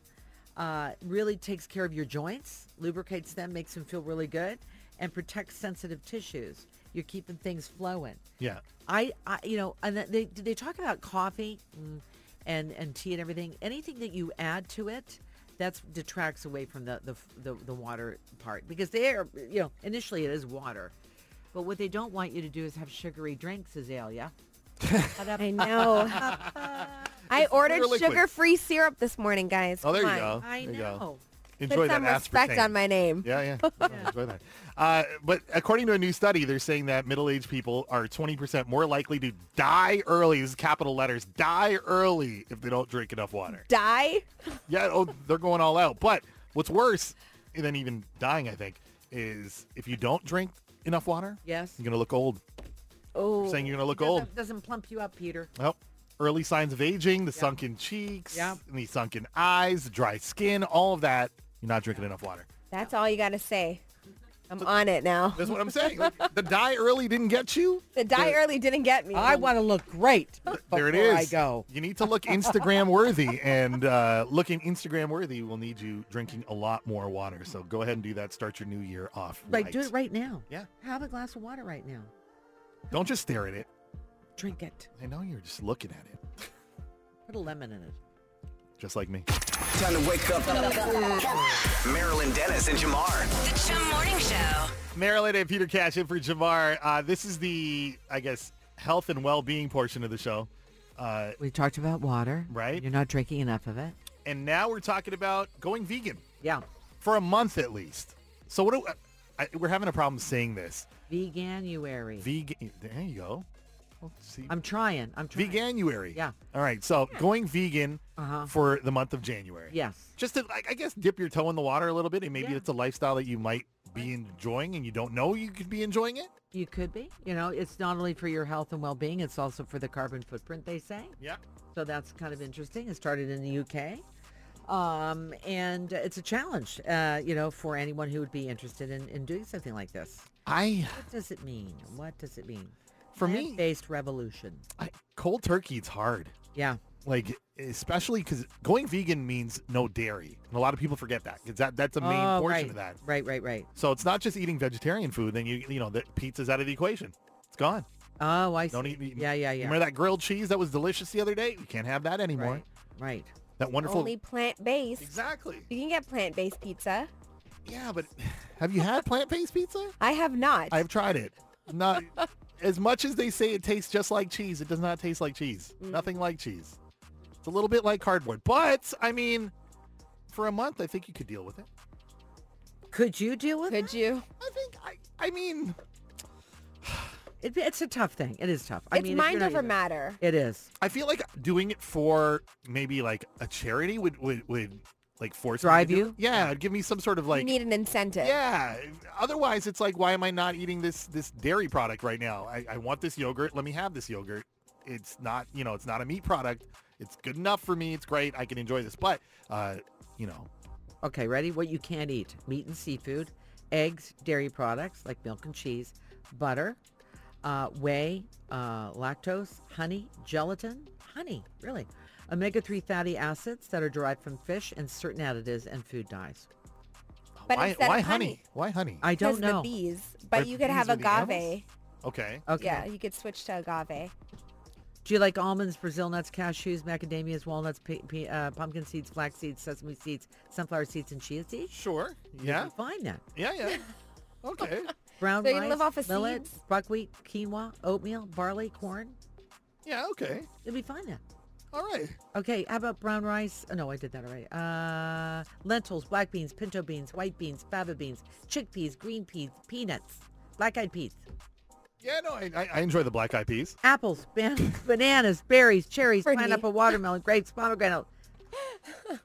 [SPEAKER 4] Uh, really takes care of your joints, lubricates them, makes them feel really good, and protects sensitive tissues. You're keeping things flowing.
[SPEAKER 3] Yeah.
[SPEAKER 4] I, I you know, and that- they they talk about coffee mm, and and tea and everything. Anything that you add to it, that's detracts away from the the, f- the the water part because they are you know initially it is water, but what they don't want you to do is have sugary drinks, Azalea.
[SPEAKER 6] I know. I ordered
[SPEAKER 3] liquid.
[SPEAKER 6] sugar-free syrup this morning, guys.
[SPEAKER 3] Oh, there
[SPEAKER 6] Come
[SPEAKER 3] you
[SPEAKER 6] on.
[SPEAKER 3] go.
[SPEAKER 4] I
[SPEAKER 3] There you go.
[SPEAKER 4] know.
[SPEAKER 3] enjoy
[SPEAKER 6] Put
[SPEAKER 3] that
[SPEAKER 6] some
[SPEAKER 3] aspartame.
[SPEAKER 6] respect on my name.
[SPEAKER 3] Yeah, yeah. Oh, enjoy that. Uh, but according to a new study, they're saying that middle-aged people are 20% more likely to die early. This is capital letters. Die early if they don't drink enough water.
[SPEAKER 6] Die.
[SPEAKER 3] Yeah, oh, they're going all out. But what's worse than even dying, I think, is if you don't drink enough water,
[SPEAKER 4] Yes.
[SPEAKER 3] you're going to look old.
[SPEAKER 4] Oh.
[SPEAKER 3] saying you're going to look
[SPEAKER 4] doesn't,
[SPEAKER 3] old.
[SPEAKER 4] Doesn't plump you up, Peter.
[SPEAKER 3] Well, early signs of aging, the sunken cheeks,
[SPEAKER 4] Yeah.
[SPEAKER 3] and the sunken eyes, the dry skin, all of that. You're not drinking enough water.
[SPEAKER 6] That's all you got to say. I'm on it now.
[SPEAKER 3] That's what I'm saying. Like, the die early didn't get you.
[SPEAKER 6] The die early didn't get me.
[SPEAKER 4] I want to look great before
[SPEAKER 3] There it is.
[SPEAKER 4] I go.
[SPEAKER 3] You need to look Instagram worthy, and uh, looking Instagram worthy will need you drinking a lot more water. So go ahead and do that. Start your new year off right.
[SPEAKER 4] Like, do it right now.
[SPEAKER 3] Yeah.
[SPEAKER 4] Have a glass of water right now.
[SPEAKER 3] Don't just stare at it.
[SPEAKER 4] Drink it.
[SPEAKER 3] I know you're just looking at it,
[SPEAKER 4] Put a lemon in it.
[SPEAKER 3] just like me.
[SPEAKER 5] Time to wake up. Marilyn Dennis and Jamar.
[SPEAKER 1] The Chum Morning Show.
[SPEAKER 3] Marilyn and Peter Cash in for Jamar. Uh, this is the, I guess, health and well-being portion of the show. Uh,
[SPEAKER 4] We talked about water.
[SPEAKER 3] Right.
[SPEAKER 4] You're not drinking enough of it.
[SPEAKER 3] and now we're talking about going vegan
[SPEAKER 4] Yeah.
[SPEAKER 3] for a month at least. So what do uh, I, we're having a problem saying this.
[SPEAKER 4] Veganuary.
[SPEAKER 3] Vegan. There you go. Well, see,
[SPEAKER 4] I'm trying. I'm trying.
[SPEAKER 3] veganuary.
[SPEAKER 4] Yeah.
[SPEAKER 3] All right. So going vegan
[SPEAKER 4] Uh-huh.
[SPEAKER 3] for the month of January.
[SPEAKER 4] Yes.
[SPEAKER 3] Just to, like, I guess, dip your toe in the water a little bit, and maybe
[SPEAKER 4] Yeah.
[SPEAKER 3] it's a lifestyle that you might be enjoying, and you don't know you could be enjoying it.
[SPEAKER 4] You could be. You know, it's not only for your health and well-being, it's also for the carbon footprint, they say.
[SPEAKER 3] Yeah.
[SPEAKER 4] So that's kind of interesting. It started in the UK. Um, and it's a challenge, uh, you know, for anyone who would be interested in, in doing something like this.
[SPEAKER 3] I,
[SPEAKER 4] What does it mean? What does it mean?
[SPEAKER 3] For me-
[SPEAKER 4] based revolution.
[SPEAKER 3] I cold turkey, it's hard.
[SPEAKER 4] Yeah.
[SPEAKER 3] Like, especially because going vegan means no dairy, and a lot of people forget that. 'cause that that's a main
[SPEAKER 4] Oh,
[SPEAKER 3] portion
[SPEAKER 4] right.
[SPEAKER 3] of that.
[SPEAKER 4] Right, right, right.
[SPEAKER 3] So it's not just eating vegetarian food. Then you you know the pizza's out of the equation. It's gone.
[SPEAKER 4] Oh, I see.
[SPEAKER 3] Don't eat meat.
[SPEAKER 4] Yeah, yeah, yeah.
[SPEAKER 3] Remember that grilled cheese that was delicious the other day? You can't have that anymore.
[SPEAKER 4] Right, right.
[SPEAKER 3] That wonderful.
[SPEAKER 6] Only plant based.
[SPEAKER 3] Exactly.
[SPEAKER 6] You can get plant based pizza.
[SPEAKER 3] Yeah, but have you had plant-based pizza?
[SPEAKER 6] I have not.
[SPEAKER 3] I've tried it. Not as much as they say it tastes just like cheese. It does not taste like cheese.
[SPEAKER 4] Mm.
[SPEAKER 3] Nothing like cheese. It's a little bit like cardboard, but I mean, for a month, I think you could deal with it.
[SPEAKER 4] Could you deal with
[SPEAKER 6] Could
[SPEAKER 4] that?
[SPEAKER 6] you?
[SPEAKER 3] I think. I. I mean,
[SPEAKER 4] It, it's a tough thing. It is tough. I
[SPEAKER 6] it's
[SPEAKER 4] mean, if you're
[SPEAKER 6] mind
[SPEAKER 4] not
[SPEAKER 6] over
[SPEAKER 4] even-
[SPEAKER 6] matter.
[SPEAKER 4] It is.
[SPEAKER 3] I feel like doing it for maybe like a charity would would would like force me to
[SPEAKER 4] Drive
[SPEAKER 3] do
[SPEAKER 4] you?
[SPEAKER 3] it. Yeah, it'd give me some sort of like
[SPEAKER 6] you need an incentive.
[SPEAKER 3] Yeah. Otherwise, it's like, why am I not eating this this dairy product right now? I, I want this yogurt. Let me have this yogurt. It's not, you know, it's not a meat product. It's good enough for me. It's great. I can enjoy this. But, uh, you know,
[SPEAKER 4] Okay, ready? What you can't eat. Meat and seafood, eggs, dairy products like milk and cheese, butter, uh, whey, uh, lactose, honey, gelatin, honey, really. Omega-3 fatty acids that are derived from fish and certain additives and food dyes.
[SPEAKER 6] But
[SPEAKER 3] why,
[SPEAKER 6] instead
[SPEAKER 3] why
[SPEAKER 6] of
[SPEAKER 3] honey?
[SPEAKER 6] honey.
[SPEAKER 3] Why honey?
[SPEAKER 4] I
[SPEAKER 6] Because
[SPEAKER 4] don't
[SPEAKER 6] of the
[SPEAKER 4] know.
[SPEAKER 6] bees. But
[SPEAKER 3] But
[SPEAKER 6] you could
[SPEAKER 3] bees
[SPEAKER 6] have
[SPEAKER 3] are the
[SPEAKER 6] agave.
[SPEAKER 3] animals? okay.
[SPEAKER 4] Okay.
[SPEAKER 6] Yeah, you could switch to agave.
[SPEAKER 4] Do you like almonds, Brazil nuts, cashews, macadamias, walnuts, pe- pe- uh, pumpkin seeds, flax seeds, sesame seeds, sunflower seeds, and chia seeds?
[SPEAKER 3] Sure.
[SPEAKER 4] You
[SPEAKER 3] Yeah.
[SPEAKER 4] can find that.
[SPEAKER 3] Yeah. Yeah. Okay.
[SPEAKER 4] Brown
[SPEAKER 6] So you
[SPEAKER 4] rice,
[SPEAKER 6] can live off of
[SPEAKER 4] millet,
[SPEAKER 6] seeds?
[SPEAKER 4] buckwheat, quinoa, oatmeal, barley, corn.
[SPEAKER 3] Yeah. Okay.
[SPEAKER 4] You'll be fine then.
[SPEAKER 3] All right.
[SPEAKER 4] Okay, how about brown rice? Oh, no, I did that already. Uh, lentils, black beans, pinto beans, white beans, fava beans, chickpeas, green peas, peanuts, black-eyed peas,
[SPEAKER 3] Yeah. No, I, I- I enjoy the black eyed peas.
[SPEAKER 4] apples, ban- bananas, berries, cherries,
[SPEAKER 6] Brittany.
[SPEAKER 4] pineapple, watermelon, grapes, pomegranate.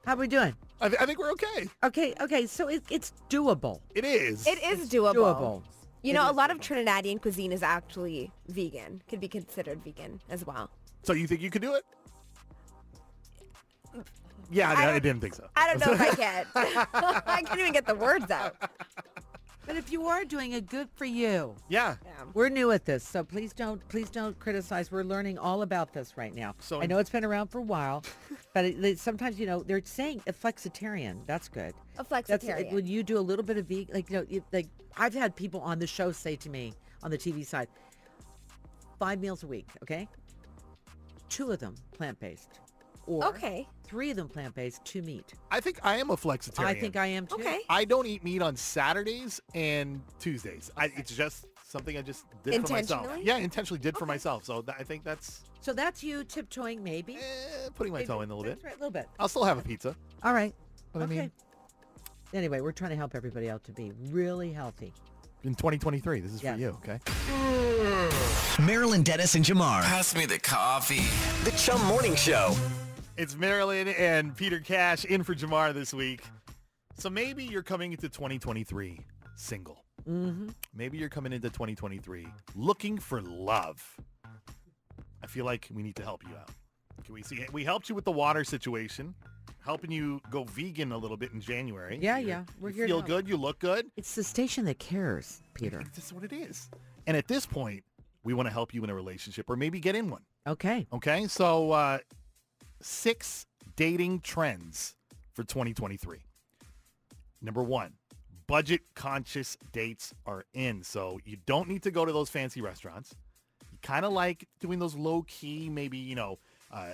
[SPEAKER 4] How we doing?
[SPEAKER 3] I, th- I think we're okay.
[SPEAKER 4] Okay, okay, so it, it's doable.
[SPEAKER 3] It is.
[SPEAKER 6] It is doable.
[SPEAKER 4] Doable.
[SPEAKER 6] You know, a lot of Trinidadian cuisine is actually vegan, could be considered vegan as well.
[SPEAKER 3] So you think you could do it? Yeah.
[SPEAKER 6] I
[SPEAKER 3] I, I
[SPEAKER 6] don't-
[SPEAKER 3] didn't think so.
[SPEAKER 6] I don't know if I can. I can't even get the words out.
[SPEAKER 4] But if you are doing it, good for you.
[SPEAKER 3] Yeah.
[SPEAKER 4] We're new at this, so please don't please don't criticize. We're learning all about this right now.
[SPEAKER 3] So-
[SPEAKER 4] I know it's been around for a while, but it, they- sometimes you know they're saying a flexitarian. That's good.
[SPEAKER 6] A
[SPEAKER 4] That's
[SPEAKER 6] flexitarian.
[SPEAKER 4] when you do a little bit of vegan. Like you know, you, like I've had people on the show say to me on the TV side, five meals a week. Okay, two of them plant based, or
[SPEAKER 6] Okay.
[SPEAKER 4] three of them plant based, two meat.
[SPEAKER 3] I think I am a flexitarian.
[SPEAKER 4] I think I am too.
[SPEAKER 6] Okay.
[SPEAKER 3] I don't eat meat on Saturdays and Tuesdays. I, it's just something I just did for myself.
[SPEAKER 6] Intentionally?
[SPEAKER 3] Yeah, intentionally did for myself. So th- I think that's
[SPEAKER 4] So that's you tiptoeing, maybe.
[SPEAKER 3] eh, putting my toe in a little bit.
[SPEAKER 4] That's right, a little bit.
[SPEAKER 3] I'll still have a pizza.
[SPEAKER 4] All right.
[SPEAKER 3] But I
[SPEAKER 4] okay.
[SPEAKER 3] mean,
[SPEAKER 4] anyway, we're trying to help everybody out to be really healthy.
[SPEAKER 3] In 2023, this is
[SPEAKER 4] Yeah.
[SPEAKER 3] for you, okay?
[SPEAKER 5] Marilyn Dennis and Jamar.
[SPEAKER 2] Pass me the coffee.
[SPEAKER 5] The Chum Morning Show.
[SPEAKER 3] It's Marilyn and Peter Cash in for Jamar this week. So maybe you're coming into 2023 single. Mm-hmm. Maybe you're coming into 2023 looking for love. I feel like we need to help you out. Can we see? We helped you with the water situation, helping you go vegan a little bit in January.
[SPEAKER 4] Yeah, yeah, we're
[SPEAKER 3] you
[SPEAKER 4] here to
[SPEAKER 3] feel
[SPEAKER 4] help.
[SPEAKER 3] good. You look good.
[SPEAKER 4] It's the station that cares, Peter.
[SPEAKER 3] This is what it is. And at this point, we want to help you in a relationship or maybe get in one.
[SPEAKER 4] Okay.
[SPEAKER 3] Okay, so uh, six dating trends for 2023. Number one, budget conscious dates are in. So you don't need to go to those fancy restaurants. You kind of like doing those low key, maybe, you know, uh,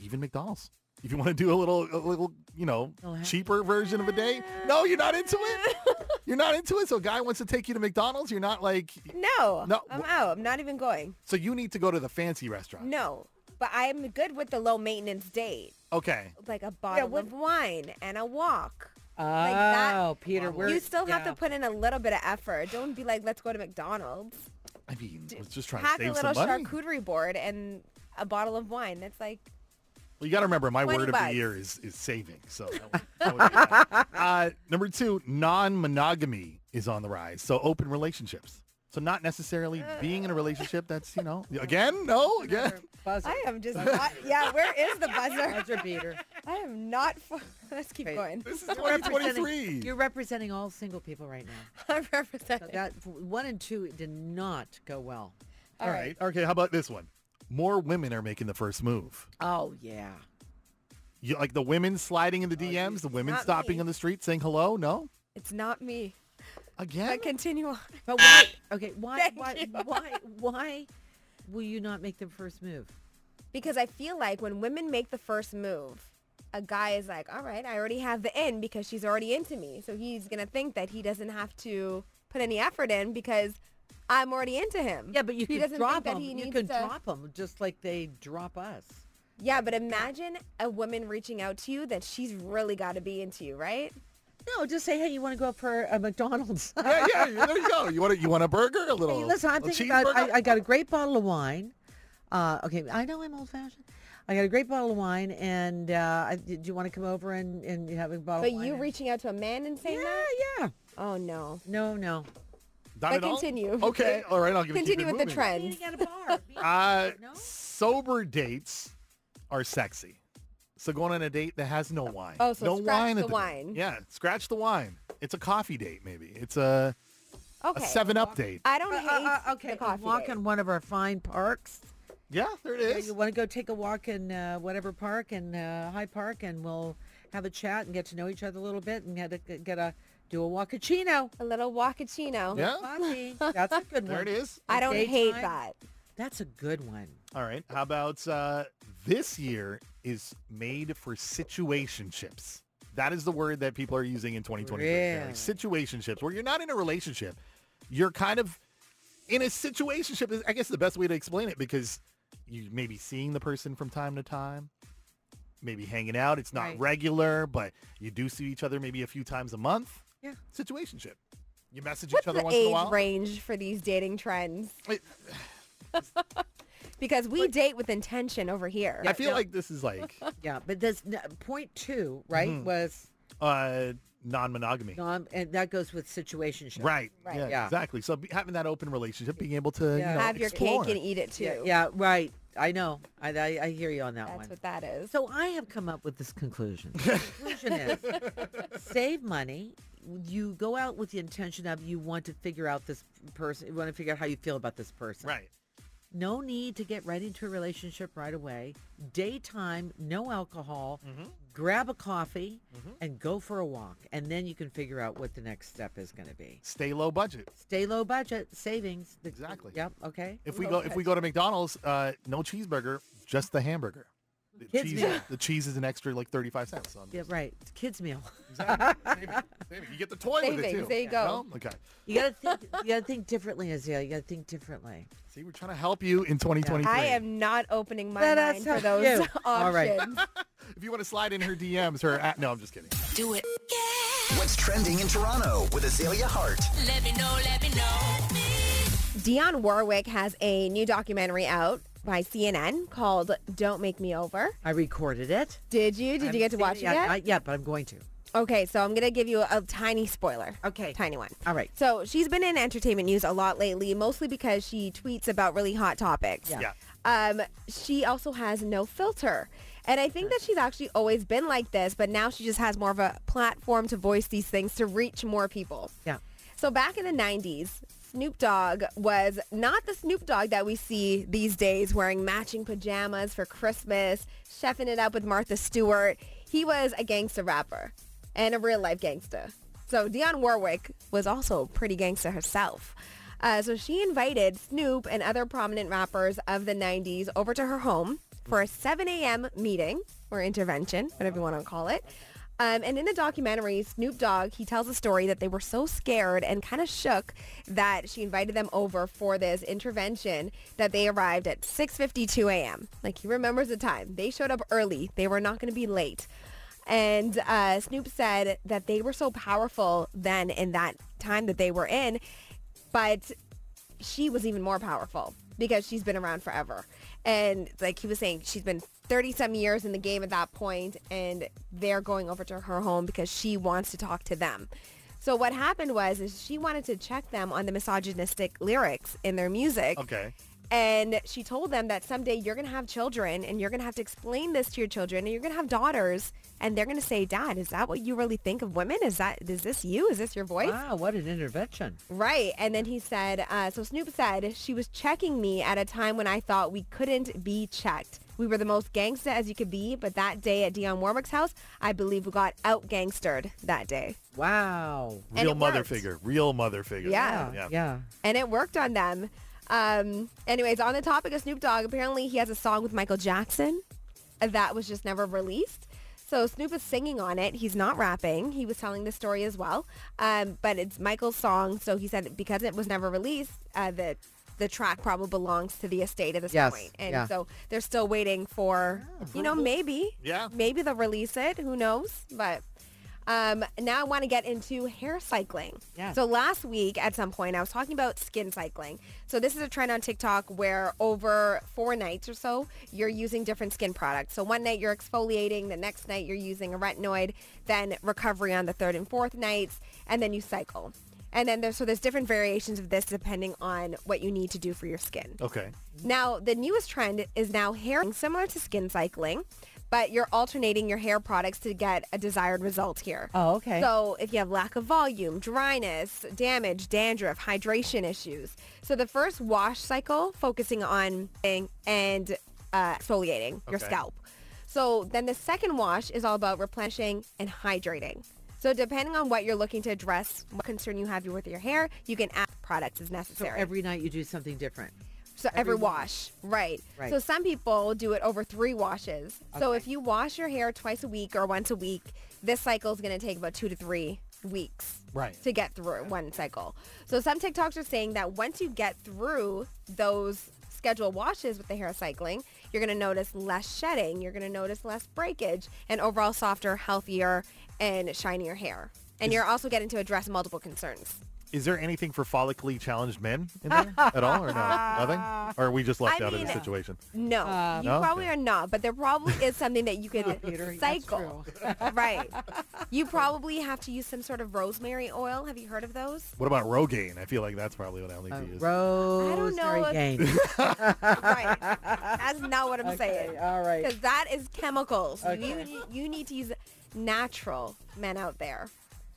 [SPEAKER 3] even McDonald's. If you want to do a little, a little, you know,
[SPEAKER 4] Little happy-
[SPEAKER 3] cheaper version of a day, no, you're not into it. You're not into it. So a guy wants to take you to McDonald's. You're not like,
[SPEAKER 6] No.
[SPEAKER 3] No,
[SPEAKER 6] I'm
[SPEAKER 3] wh-
[SPEAKER 6] out. I'm not even going.
[SPEAKER 3] so you need to go to the fancy restaurant.
[SPEAKER 6] No. But I'm good with the low maintenance date.
[SPEAKER 3] Okay.
[SPEAKER 6] Like a bottle
[SPEAKER 4] what-
[SPEAKER 6] of wine and a walk.
[SPEAKER 4] Oh,
[SPEAKER 6] that-
[SPEAKER 4] Peter, we're
[SPEAKER 6] you still have
[SPEAKER 4] yeah.
[SPEAKER 6] to put in a little bit of effort. Don't be like, let's go to McDonald's.
[SPEAKER 3] I mean, I was just trying
[SPEAKER 6] Pack
[SPEAKER 3] to
[SPEAKER 6] a
[SPEAKER 3] save
[SPEAKER 6] little
[SPEAKER 3] some money.
[SPEAKER 6] charcuterie board and a bottle of wine. That's like,
[SPEAKER 3] Well, you got to remember, my
[SPEAKER 6] 20
[SPEAKER 3] word of
[SPEAKER 6] bucks.
[SPEAKER 3] the year is, is saving. So, that would- that would be uh, number two, non-monogamy is on the rise. So open relationships. So not necessarily being in a relationship. That's you know again, no again.
[SPEAKER 4] Buzzer.
[SPEAKER 6] I am just not. Yeah, where is the buzzer?
[SPEAKER 4] Buzzer beater.
[SPEAKER 6] I am not. For, let's keep
[SPEAKER 4] Okay.
[SPEAKER 6] going.
[SPEAKER 3] This is 2023.
[SPEAKER 4] You're representing all single people right now.
[SPEAKER 6] I'm representing.
[SPEAKER 4] That one and two did not go well.
[SPEAKER 3] All right. Okay. How about this one? More women are making the first move.
[SPEAKER 4] Oh yeah.
[SPEAKER 3] You, like the women sliding
[SPEAKER 4] Oh,
[SPEAKER 3] in the DMs, the women
[SPEAKER 6] Not
[SPEAKER 3] stopping
[SPEAKER 6] me.
[SPEAKER 3] on the street saying hello. No,
[SPEAKER 6] It's not me.
[SPEAKER 3] again.
[SPEAKER 6] But continue on.
[SPEAKER 4] But why? Okay. Why?
[SPEAKER 6] Thank
[SPEAKER 4] Why?
[SPEAKER 6] you.
[SPEAKER 4] Why? Why will you not make the first move?
[SPEAKER 6] Because I feel like when women make the first move, a guy is like, all right, I already have the in because she's already into me. So he's going to think that he doesn't have to put any effort in because I'm already into him.
[SPEAKER 4] Yeah, but you
[SPEAKER 6] he
[SPEAKER 4] could
[SPEAKER 6] doesn't
[SPEAKER 4] drop
[SPEAKER 6] think that
[SPEAKER 4] them.
[SPEAKER 6] he
[SPEAKER 4] You
[SPEAKER 6] needs
[SPEAKER 4] could
[SPEAKER 6] to-
[SPEAKER 4] drop them just like they drop us.
[SPEAKER 6] Yeah, but imagine a woman reaching out to you that she's really got to be into you, right?
[SPEAKER 4] No, just say, hey, you want to go out for a McDonald's?
[SPEAKER 3] yeah, yeah. There you go. You want a, you want a burger? A little.
[SPEAKER 4] Hey, listen, I'm
[SPEAKER 3] Oh, a
[SPEAKER 4] thinking about,
[SPEAKER 3] cheeseburger?
[SPEAKER 4] I, I got a great bottle of wine. Uh, okay, I know I'm old fashioned. I got a great bottle of wine, and uh, I, do you want to come over and, and have a
[SPEAKER 3] Oh,
[SPEAKER 4] bottle
[SPEAKER 6] But
[SPEAKER 4] of wine?
[SPEAKER 6] you
[SPEAKER 4] and-
[SPEAKER 6] reaching out to a man and saying
[SPEAKER 4] Yeah,
[SPEAKER 6] that?
[SPEAKER 4] yeah.
[SPEAKER 6] Oh, no.
[SPEAKER 4] No, no.
[SPEAKER 3] Not
[SPEAKER 6] But
[SPEAKER 3] at all?
[SPEAKER 6] continue.
[SPEAKER 3] Okay. All right. I'll give it
[SPEAKER 6] Continue with the
[SPEAKER 3] moving.
[SPEAKER 6] trend.
[SPEAKER 4] at a bar.
[SPEAKER 3] Uh,
[SPEAKER 4] No?
[SPEAKER 3] sober dates are sexy. So going on a date that has no wine.
[SPEAKER 6] Oh, so
[SPEAKER 3] no
[SPEAKER 6] scratch
[SPEAKER 3] wine at
[SPEAKER 6] the
[SPEAKER 3] the
[SPEAKER 6] wine.
[SPEAKER 3] Date. Yeah, scratch the wine. It's a coffee date, maybe. It's a a
[SPEAKER 6] Okay.
[SPEAKER 3] seven up date.
[SPEAKER 6] I don't
[SPEAKER 4] Uh,
[SPEAKER 6] hate
[SPEAKER 4] uh, uh, okay,
[SPEAKER 6] the
[SPEAKER 4] a
[SPEAKER 6] coffee.
[SPEAKER 4] walk
[SPEAKER 6] date.
[SPEAKER 4] in one of our fine parks.
[SPEAKER 3] Yeah, there it
[SPEAKER 4] Yeah,
[SPEAKER 3] is.
[SPEAKER 4] You want to go take a walk in uh, whatever park and uh, High Park, and we'll have a chat and get to know each other a little bit, and get a, get a do a walkachino.
[SPEAKER 6] A little walkachino.
[SPEAKER 3] Yeah.
[SPEAKER 4] Coffee. That's a good
[SPEAKER 3] Oh. There
[SPEAKER 4] one.
[SPEAKER 3] it is.
[SPEAKER 6] I don't hate
[SPEAKER 4] Daytime.
[SPEAKER 6] that.
[SPEAKER 4] That's a good one.
[SPEAKER 3] All right. How about uh, this year is made for situationships. That is the word that people are using in 2023. They're Like situationships, where you're not in a relationship. You're kind of in a situationship is, I guess, the best way to explain it because you may be seeing the person from time to time, maybe hanging out. It's not
[SPEAKER 4] Right.
[SPEAKER 3] regular, but you do see each other maybe a few times a month.
[SPEAKER 4] Yeah.
[SPEAKER 3] Situationship. You message
[SPEAKER 6] What's
[SPEAKER 3] each other
[SPEAKER 6] the
[SPEAKER 3] once in a
[SPEAKER 6] age
[SPEAKER 3] while.
[SPEAKER 6] range for these dating trends?
[SPEAKER 3] I-
[SPEAKER 6] Because we date with intention over here.
[SPEAKER 3] I feel like this is like
[SPEAKER 4] Yeah, but this n- point two, right,
[SPEAKER 3] Mm-hmm.
[SPEAKER 4] was
[SPEAKER 3] uh, non-monogamy.
[SPEAKER 4] non, and that goes with situationship.
[SPEAKER 3] Right.
[SPEAKER 6] Right.
[SPEAKER 3] Yeah,
[SPEAKER 4] Yeah.
[SPEAKER 3] Exactly. So be, having that open relationship, being able to
[SPEAKER 4] Yeah.
[SPEAKER 3] you know,
[SPEAKER 6] Have your
[SPEAKER 3] explore.
[SPEAKER 6] cake and eat it too.
[SPEAKER 4] Yeah, yeah, right. I know. I, I, I hear you on that
[SPEAKER 6] That's
[SPEAKER 4] one.
[SPEAKER 6] what that is.
[SPEAKER 4] So I have come up with this conclusion. The conclusion is save money. You go out with the intention of you want to figure out this person. You want to figure out how you feel about this person.
[SPEAKER 3] Right.
[SPEAKER 4] No need to get right into a relationship right away. Daytime, no alcohol.
[SPEAKER 3] Mm-hmm.
[SPEAKER 4] Grab a coffee and go for a walk, and then you can figure out what the next step is going to be.
[SPEAKER 3] Stay low budget.
[SPEAKER 4] Stay low budget, savings. The-
[SPEAKER 3] Exactly.
[SPEAKER 4] Yep. Okay.
[SPEAKER 3] If we go if we go to McDonald's, uh, no cheeseburger, just the hamburger. The
[SPEAKER 4] Kids
[SPEAKER 3] cheese,
[SPEAKER 4] meal.
[SPEAKER 3] the cheese is an extra like thirty five cents. So I'm
[SPEAKER 4] Yeah.
[SPEAKER 3] just-
[SPEAKER 4] Right. Kids meal.
[SPEAKER 3] Exactly. Save it. Save it. You get the toy with it
[SPEAKER 6] Savings.
[SPEAKER 3] too.
[SPEAKER 6] There you go.
[SPEAKER 3] No? Okay.
[SPEAKER 4] You gotta think. you gotta think differently, Azalea. You gotta think differently.
[SPEAKER 3] See, we're trying to help you in 2023.
[SPEAKER 6] I am not opening my
[SPEAKER 4] Let
[SPEAKER 6] mind
[SPEAKER 4] us
[SPEAKER 6] for
[SPEAKER 4] help
[SPEAKER 6] those
[SPEAKER 4] you.
[SPEAKER 6] options.
[SPEAKER 4] All right.
[SPEAKER 3] If you want to slide in her DMs, her at, no, I'm just kidding.
[SPEAKER 1] Do it. Yeah.
[SPEAKER 5] What's trending in Toronto with Azalea Hart?
[SPEAKER 2] Let me know, let me know.
[SPEAKER 6] Dionne Warwick has a new documentary out by CNN called Don't Make Me Over.
[SPEAKER 4] I recorded it.
[SPEAKER 6] Did you? Did you get to watch it yet?
[SPEAKER 4] Not yet, but I'm going to.
[SPEAKER 6] Okay, so I'm going to give you a tiny spoiler.
[SPEAKER 4] Okay.
[SPEAKER 6] Tiny one.
[SPEAKER 4] All right.
[SPEAKER 6] So she's been in entertainment news a lot lately, mostly because she tweets about really hot topics.
[SPEAKER 4] Yeah.
[SPEAKER 3] Yeah.
[SPEAKER 6] Um, she also has no filter. And I think that she's actually always been like this, but now she just has more of a platform to voice these things to reach more people.
[SPEAKER 4] Yeah.
[SPEAKER 6] So back in the 90s, Snoop Dogg was not the Snoop Dogg that we see these days wearing matching pajamas for Christmas, chefing it up with Martha Stewart. He was a gangster rapper and a real life gangster. So Dionne Warwick was also pretty gangster herself. Uh, so she invited Snoop and other prominent rappers of the 90s over to her home for a 7 a.m. meeting or intervention, whatever you want to call it. Um, and in the documentary, Snoop Dogg, he tells a story that they were so scared and kind of shook that she invited them over for this intervention that they arrived at 6.52 a.m. Like he remembers the time. They showed up early. They were not going to be late. And uh, Snoop said that they were so powerful then in that time that they were in, but she was even more powerful because she's been around forever. And like he was saying, she's been 30 some years in the game at that point, and they're going over to her home because she wants to talk to them. So what happened was is she wanted to check them on the misogynistic lyrics in their music.
[SPEAKER 3] Okay.
[SPEAKER 6] And she told them that someday you're going to have children and you're going to have to explain this to your children and you're going to have daughters and they're going to say, "Dad, is that what you really think of women? Is that is this you? Is this your voice?"
[SPEAKER 4] Wow, what an intervention.
[SPEAKER 6] Right. And then he said, uh, so Snoop said, she was checking me at a time when I thought we couldn't be checked. We were the most gangsta as you could be, but that day at Dionne Warwick's house, I believe we got out gangstered that day.
[SPEAKER 4] Wow.
[SPEAKER 6] And
[SPEAKER 3] Real
[SPEAKER 6] it
[SPEAKER 3] mother
[SPEAKER 6] worked.
[SPEAKER 3] figure. Real mother figure.
[SPEAKER 6] Yeah.
[SPEAKER 3] Yeah.
[SPEAKER 4] Yeah.
[SPEAKER 6] And it worked on them. Um, anyways, on the topic of Snoop Dogg, apparently he has a song with Michael Jackson that was just never released. So Snoop is singing on it. He's not rapping. He was telling the story as well. Um, but it's Michael's song. So he said because it was never released, uh, the, the track probably belongs to the estate at this
[SPEAKER 4] Yes,
[SPEAKER 6] point. And
[SPEAKER 4] yeah. Ah,
[SPEAKER 6] so they're still waiting for, you know, maybe.
[SPEAKER 3] Yeah.
[SPEAKER 6] Maybe they'll release it. Who knows? But um, now I want to get into hair cycling.
[SPEAKER 4] Yes.
[SPEAKER 6] So last week at some point I was talking about skin cycling. So this is a trend on TikTok where over four nights or so you're using different skin products. So one night you're exfoliating, the next night you're using a retinoid, then recovery on the third and fourth nights, and then you cycle. And then there's so there's different variations of this depending on what you need to do for your skin.
[SPEAKER 3] Okay.
[SPEAKER 6] Now, the newest trend is now hair, similar to skin cycling, but you're alternating your hair products to get a desired result here.
[SPEAKER 4] Oh, okay.
[SPEAKER 6] So if you have lack of volume, dryness, damage, dandruff, hydration issues. So the first wash cycle, focusing on and uh, exfoliating your
[SPEAKER 3] Okay.
[SPEAKER 6] scalp. So then the second wash is all about replenishing and hydrating. So depending on what you're looking to address, what concern you have with your hair, you can add products as
[SPEAKER 4] So
[SPEAKER 6] necessary.
[SPEAKER 4] every night you do something different.
[SPEAKER 6] So every,
[SPEAKER 4] Every
[SPEAKER 6] wash.
[SPEAKER 4] wash.
[SPEAKER 6] Right.
[SPEAKER 4] Right.
[SPEAKER 6] So some people do it over three washes. So
[SPEAKER 4] Okay.
[SPEAKER 6] if you wash your hair twice a week or once a week, this cycle is going to take about two to three weeks
[SPEAKER 3] Right.
[SPEAKER 6] to get through one cycle. So some TikToks are saying that once you get through those scheduled washes with the hair cycling, you're going to notice less shedding. You're going to notice less breakage and overall softer, healthier, and shinier hair. And you're also getting to address multiple concerns.
[SPEAKER 3] Is there anything for follically challenged men in there at all or no? Nothing? Or are we just left
[SPEAKER 6] I
[SPEAKER 3] out of the
[SPEAKER 6] mean-
[SPEAKER 3] situation?
[SPEAKER 6] No,
[SPEAKER 4] Um,
[SPEAKER 6] you
[SPEAKER 3] No?
[SPEAKER 6] probably
[SPEAKER 3] Okay.
[SPEAKER 6] are not, but there probably is something that you could
[SPEAKER 4] Peter, that's
[SPEAKER 6] cycle. right. You probably have to use some sort of rosemary oil. Have you heard of those?
[SPEAKER 3] What about Rogaine? I feel like that's probably what I need
[SPEAKER 4] Uh,
[SPEAKER 3] to use.
[SPEAKER 4] Rosemary
[SPEAKER 6] know if-
[SPEAKER 4] Gaines.
[SPEAKER 6] Right. That's not what I'm saying.
[SPEAKER 4] Okay, all right.
[SPEAKER 6] Because that is chemicals.
[SPEAKER 4] Okay.
[SPEAKER 6] You, you need to use natural men out there.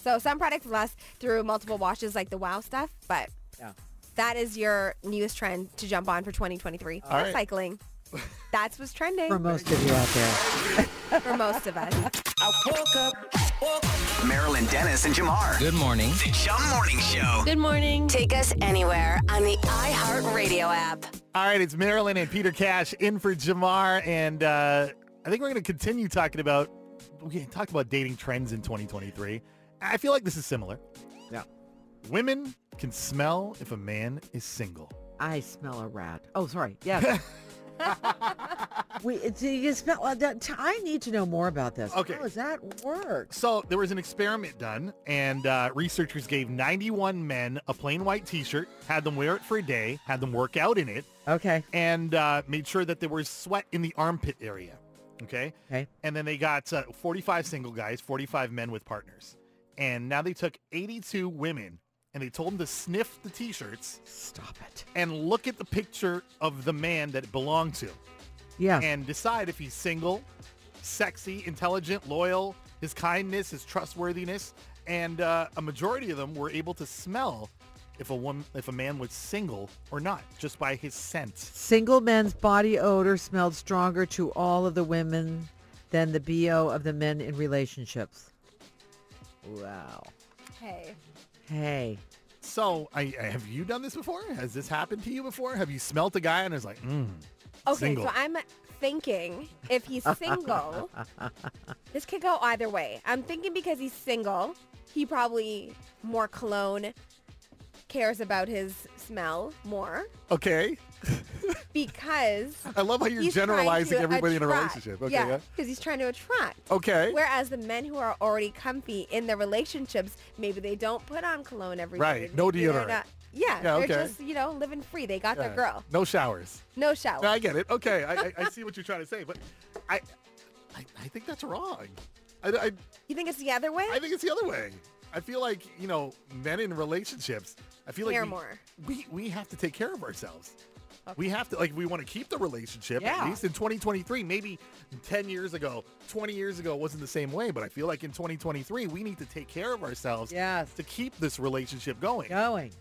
[SPEAKER 6] So some products last through multiple washes like the wow stuff, but
[SPEAKER 4] Yeah.
[SPEAKER 6] that is your newest trend to jump on for 2023.
[SPEAKER 3] All right.
[SPEAKER 6] Cycling. That's what's trending
[SPEAKER 4] For most of you out there.
[SPEAKER 6] for most of us.
[SPEAKER 5] Marilyn Dennis and Jamar.
[SPEAKER 7] Good morning.
[SPEAKER 5] The Chum Morning Show.
[SPEAKER 2] Good morning.
[SPEAKER 1] Take us anywhere on the iHeartRadio app.
[SPEAKER 3] All right, it's Marilyn and Peter Cash in for Jamar, and uh, I think we're going to continue talking about we talked about dating trends in 2023. I feel like this is similar.
[SPEAKER 4] Yeah.
[SPEAKER 3] Women can smell if a man is single.
[SPEAKER 4] I smell a rat. Oh, sorry. Yes. We, it's, you spent, well, that t- I need to know more about this.
[SPEAKER 3] Okay.
[SPEAKER 4] How does that work?
[SPEAKER 3] So there was an experiment done, and uh, researchers gave 91 men a plain white T-shirt, had them wear it for a day, had them work out in it,
[SPEAKER 4] Okay.
[SPEAKER 3] and uh, made sure that there was sweat in the armpit area. Okay.
[SPEAKER 4] Okay.
[SPEAKER 3] And then they got uh, 45 single guys, 45 men with partners, and now they took 82 women, and they told them to sniff the T-shirts
[SPEAKER 4] Stop it.
[SPEAKER 3] and look at the picture of the man that it belonged to,
[SPEAKER 4] Yeah.
[SPEAKER 3] and decide if he's single, sexy, intelligent, loyal, his kindness, his trustworthiness, and uh, a majority of them were able to smell if a woman, if a man was single or not, just by his scent.
[SPEAKER 4] Single men's body odor smelled stronger to all of the women than the BO of the men in relationships. Wow.
[SPEAKER 6] Hey.
[SPEAKER 4] Hey.
[SPEAKER 3] So, I, I- have you done this before? Has this happened to you before? Have you smelt a guy and it's like, mm,
[SPEAKER 6] Okay,
[SPEAKER 3] single?
[SPEAKER 6] so I'm thinking if he's single, this could go either way. I'm thinking because he's single, he probably more cologne, cares about his smell more
[SPEAKER 3] okay,
[SPEAKER 6] because
[SPEAKER 3] I love how you're
[SPEAKER 6] he's trying
[SPEAKER 3] generalizing
[SPEAKER 6] to
[SPEAKER 3] everybody in a
[SPEAKER 6] attract.
[SPEAKER 3] relationship. Okay,
[SPEAKER 6] yeah,
[SPEAKER 3] yeah.
[SPEAKER 6] because he's trying to attract.
[SPEAKER 3] okay,
[SPEAKER 6] Whereas the men who are already comfy in their relationships, maybe they don't put on cologne every day.
[SPEAKER 3] Right, no
[SPEAKER 6] Maybe they're
[SPEAKER 3] deodorant.
[SPEAKER 6] not- yeah,
[SPEAKER 3] Yeah,
[SPEAKER 6] they're
[SPEAKER 3] okay.
[SPEAKER 6] just, you know, living free. They got
[SPEAKER 3] Yeah.
[SPEAKER 6] their girl.
[SPEAKER 3] No showers.
[SPEAKER 6] No shower.
[SPEAKER 3] No, I get it. Okay, I, I, I see what you're trying to say, but I, I, I think that's wrong. I, I,
[SPEAKER 6] you think it's the other way?
[SPEAKER 3] I think it's the other way. I feel like you know, men in relationships. I feel like
[SPEAKER 6] Care
[SPEAKER 3] we,
[SPEAKER 6] more.
[SPEAKER 3] we we have to take care of ourselves. We have to like we want to keep the relationship at
[SPEAKER 4] Yeah.
[SPEAKER 3] least in 2023. Maybe 10 years ago, 20 years ago wasn't the same way, but I feel like in 2023 we need to take care of ourselves
[SPEAKER 4] Yes.
[SPEAKER 3] to keep this relationship going.
[SPEAKER 4] Going.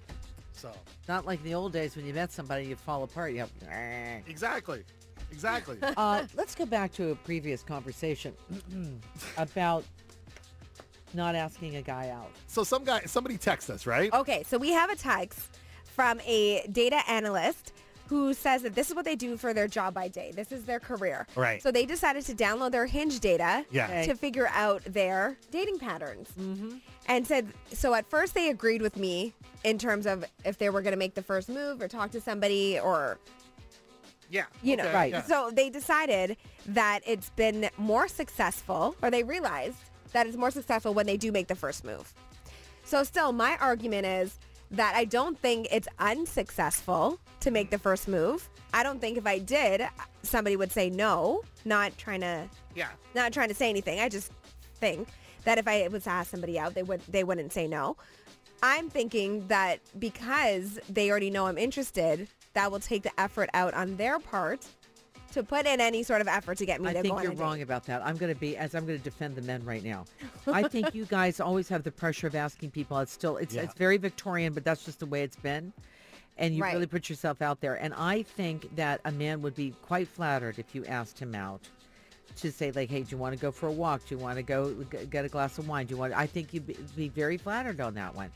[SPEAKER 3] So
[SPEAKER 4] Not like the old days when you met somebody, you'd fall apart. You have,
[SPEAKER 3] exactly, exactly.
[SPEAKER 4] uh, let's go back to a previous conversation about not asking a guy out.
[SPEAKER 3] so some guy, somebody text us, right?
[SPEAKER 4] Oh,
[SPEAKER 6] Okay, so we have a text from a data analyst who says that this is what they do for their job by day. This is their career.
[SPEAKER 3] Right.
[SPEAKER 6] So they decided to download their hinge data
[SPEAKER 3] Yeah.
[SPEAKER 4] Okay.
[SPEAKER 6] to figure out their dating patterns. Mm-hmm. And said, so at first they agreed with me in terms of if they were going to make the first move or talk to somebody or
[SPEAKER 3] Yeah,
[SPEAKER 6] you know,
[SPEAKER 3] okay,
[SPEAKER 4] Right.
[SPEAKER 3] yeah.
[SPEAKER 6] So they decided that it's been more successful, or they realized that it's more successful when they do make the first move. So still, my argument is that I don't think it's unsuccessful to make the first move. I don't think if I did, somebody would say no. Not trying to,
[SPEAKER 3] yeah.
[SPEAKER 6] not trying to say anything. I just think that if I was to ask somebody out, they would, they wouldn't say no. I'm thinking that because they already know I'm interested, that will take the effort out on their part to put in any sort of effort to get me
[SPEAKER 4] I
[SPEAKER 6] to go
[SPEAKER 4] think
[SPEAKER 6] on
[SPEAKER 4] you're
[SPEAKER 6] a date.
[SPEAKER 4] wrong about that. I'm going to be as I'm going to defend the men right now. I think you guys always have the pressure of asking people. It's still it's
[SPEAKER 3] Yeah.
[SPEAKER 4] it's very Victorian, but that's just the way it's been. And you
[SPEAKER 6] Right.
[SPEAKER 4] really put yourself out there. And I think that a man would be quite flattered if you asked him out to say like, "Hey, do you want to go for a walk? Do you want to go g- get a glass of wine? Do you want?" I think you'd be, be very flattered on that one.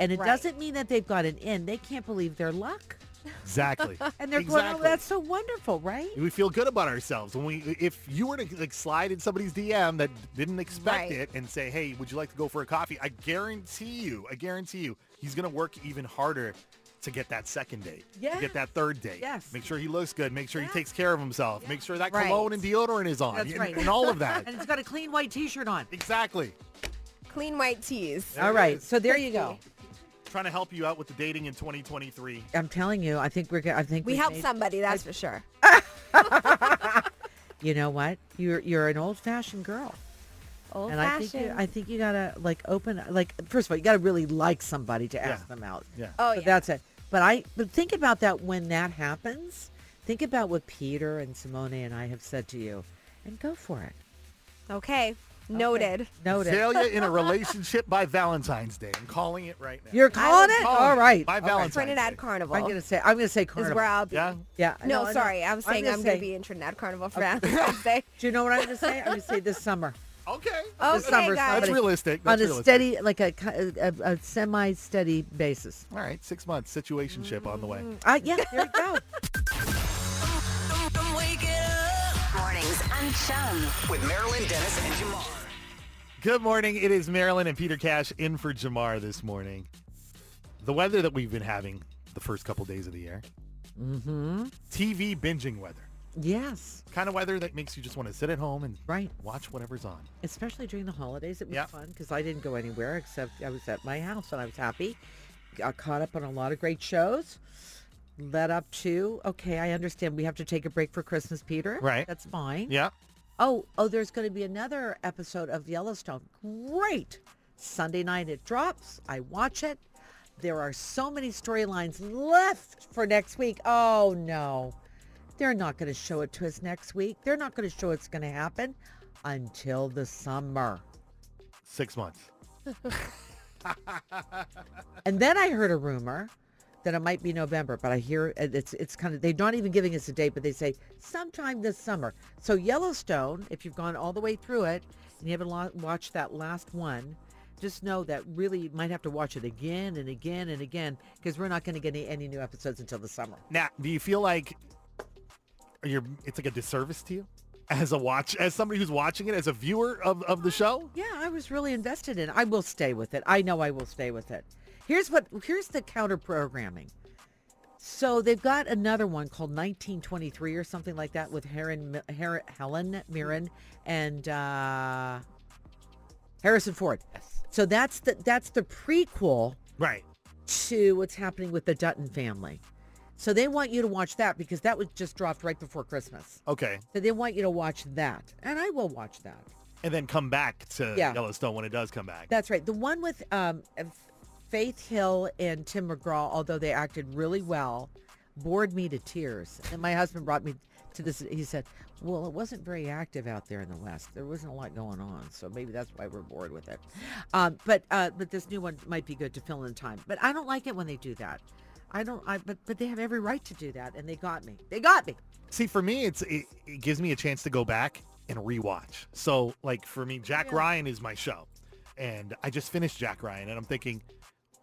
[SPEAKER 4] And it
[SPEAKER 6] Right.
[SPEAKER 4] doesn't mean that they've got an in. They can't believe their luck,
[SPEAKER 3] Exactly.
[SPEAKER 4] and they're going, "Oh,
[SPEAKER 3] Exactly.
[SPEAKER 4] that's so wonderful, right?"
[SPEAKER 3] we feel good about ourselves when we if you were to like slide in somebody's dm that didn't expect
[SPEAKER 6] Right.
[SPEAKER 3] it and say hey would you like to go for a coffee i guarantee you i guarantee you he's gonna work even harder to get that second date to
[SPEAKER 4] Yeah.
[SPEAKER 3] get that third date
[SPEAKER 4] Yes.
[SPEAKER 3] make sure he looks good make sure he takes care of himself make sure that
[SPEAKER 6] Right.
[SPEAKER 3] cologne and deodorant is on
[SPEAKER 4] That's
[SPEAKER 3] and,
[SPEAKER 4] right.
[SPEAKER 3] and all of that
[SPEAKER 4] And it's got a clean white T-shirt on.
[SPEAKER 3] exactly
[SPEAKER 6] Clean white tees.
[SPEAKER 3] There
[SPEAKER 4] All
[SPEAKER 3] it
[SPEAKER 4] right,
[SPEAKER 3] is.
[SPEAKER 4] so there you go.
[SPEAKER 3] trying to help you out with the dating in 2023
[SPEAKER 4] I'm telling you, I think we're gonna. I think
[SPEAKER 6] We
[SPEAKER 4] we've
[SPEAKER 6] help
[SPEAKER 4] made-
[SPEAKER 6] somebody, that's for sure.
[SPEAKER 4] You know what? You're you're an old fashioned girl,
[SPEAKER 6] Old
[SPEAKER 4] and I think you,
[SPEAKER 6] fashioned.
[SPEAKER 4] I think you gotta like open like first of all, you gotta really like somebody to ask them out.
[SPEAKER 3] yeah
[SPEAKER 6] oh
[SPEAKER 4] so
[SPEAKER 6] yeah.
[SPEAKER 4] that's it. But I but think about that when that happens. Think about what Peter and Simone and I have said to you, and go for it.
[SPEAKER 6] Okay. Noted.
[SPEAKER 4] Noted.
[SPEAKER 3] Failure in a relationship by Valentine's Day. I'm calling it right now.
[SPEAKER 4] You're calling it
[SPEAKER 3] calling
[SPEAKER 4] all
[SPEAKER 3] it.
[SPEAKER 4] right.
[SPEAKER 3] By
[SPEAKER 4] all right.
[SPEAKER 3] Valentine's
[SPEAKER 6] Trinidad
[SPEAKER 3] Day.
[SPEAKER 6] Carnival.
[SPEAKER 4] I'm gonna say I'm gonna say
[SPEAKER 6] is
[SPEAKER 4] carnival.
[SPEAKER 6] where I'll be.
[SPEAKER 3] Yeah.
[SPEAKER 4] yeah.
[SPEAKER 6] No,
[SPEAKER 4] I know.
[SPEAKER 6] sorry. I'm saying I'm, going
[SPEAKER 4] say-
[SPEAKER 6] to be in Trinidad Carnival for Valentine's Day.
[SPEAKER 4] Do you know what I'm gonna say? I'm gonna say this summer.
[SPEAKER 3] Okay.
[SPEAKER 4] This summer,
[SPEAKER 6] Okay,
[SPEAKER 3] That's
[SPEAKER 6] guys.
[SPEAKER 4] somebody-
[SPEAKER 3] realistic.
[SPEAKER 4] on
[SPEAKER 3] That's
[SPEAKER 4] a
[SPEAKER 3] realistic.
[SPEAKER 4] steady, like a, ki- a, a semi-steady basis.
[SPEAKER 3] All right, six months situationship on the way.
[SPEAKER 4] Uh, yeah, there you go.
[SPEAKER 2] I'm waking up.
[SPEAKER 1] Mornings on Chum.
[SPEAKER 5] With Marilyn Dennis and Jamar.
[SPEAKER 3] Good morning. It is Marilyn and Peter Cash in for Jamar this morning. The weather that we've been having the first couple days of the year. Mm-hmm. TV binging weather.
[SPEAKER 4] Yes,
[SPEAKER 3] Kind of weather that makes you just want to sit at home and
[SPEAKER 4] right. Mm-hmm.
[SPEAKER 3] watch whatever's on.
[SPEAKER 4] Especially during the holidays, it was
[SPEAKER 3] Yeah.
[SPEAKER 4] fun because I didn't go anywhere except I was at my house and I was happy. Got caught up on a lot of great shows. Led up to okay, I understand we have to take a break for Christmas, Peter.
[SPEAKER 3] Right.
[SPEAKER 4] that's fine.
[SPEAKER 3] Yeah.
[SPEAKER 4] Oh, oh, there's going to be another episode of Yellowstone. Great. Sunday night it drops. I watch it. There are so many storylines left for next week. Oh, no. They're not going to show it to us next week. They're not going to show it's going to happen until the summer.
[SPEAKER 3] Six months.
[SPEAKER 4] And then I heard a rumor that it might be November, but I hear it- it's it's kind of they're not even giving us a date, but they say sometime this summer. So Yellowstone, if you've gone all the way through it and you haven't lo- watched that last one, just know that really you might have to watch it again and again and again because we're not going to get any, any new episodes until the summer.
[SPEAKER 3] Now, do you feel like you're it's like a disservice to you as a watch as somebody who's watching it as a viewer of, of the show?
[SPEAKER 4] Yeah, I was really invested in. it. I will stay with it. I know I will stay with it. Here's what here's the counter programming. So they've got another one called 1923 or something like that with Heron, Mi- Her- Helen Mirren and uh, Harrison Ford. So that's the that's the prequel
[SPEAKER 3] Right.
[SPEAKER 4] to what's happening with the Dutton family. So they want you to watch that because that was just dropped right before Christmas.
[SPEAKER 3] Okay.
[SPEAKER 4] So they want you to watch that, and I will watch that.
[SPEAKER 3] And then come back to
[SPEAKER 4] Yeah.
[SPEAKER 3] Yellowstone when it does come back.
[SPEAKER 4] That's right. The one with um, Faith Hill and Tim McGraw, although they acted really well, bored me to tears. And my husband brought me to this. He said, well, it wasn't very active out there in the West. There wasn't a lot going on. So maybe that's why we're bored with it. Um, but uh, but this new one might be good to fill in time. But I don't like it when they do that. I don't, I, but, but they have every right to do that. And they got me. They got me.
[SPEAKER 3] See, for me, it's it, it gives me a chance to go back and rewatch. So, like for me, Jack Ryan is my show, and I just finished Jack Ryan, and I'm thinking,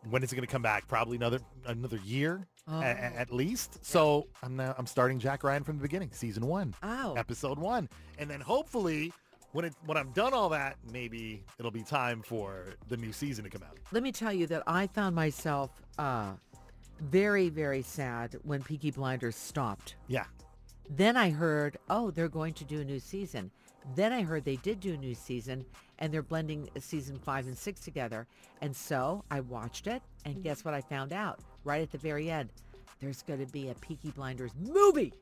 [SPEAKER 3] when is it going to come back? Probably another another year a- a-
[SPEAKER 4] Oh.
[SPEAKER 3] at, least. So I'm now, I'm starting Jack Ryan from the beginning, season one,
[SPEAKER 4] Oh.
[SPEAKER 3] episode one, and then hopefully. When, it, when I'm done all that, maybe it'll be time for the new season to come out.
[SPEAKER 4] Let me tell you that I found myself uh, very, very sad when Peaky Blinders stopped.
[SPEAKER 3] Yeah.
[SPEAKER 4] Then I heard, oh, they're going to do a new season. Then I heard they did do a new season and they're blending uh, season five and six together. And so I watched it and guess what I found out right at the very end? There's going to be a Peaky Blinders movie.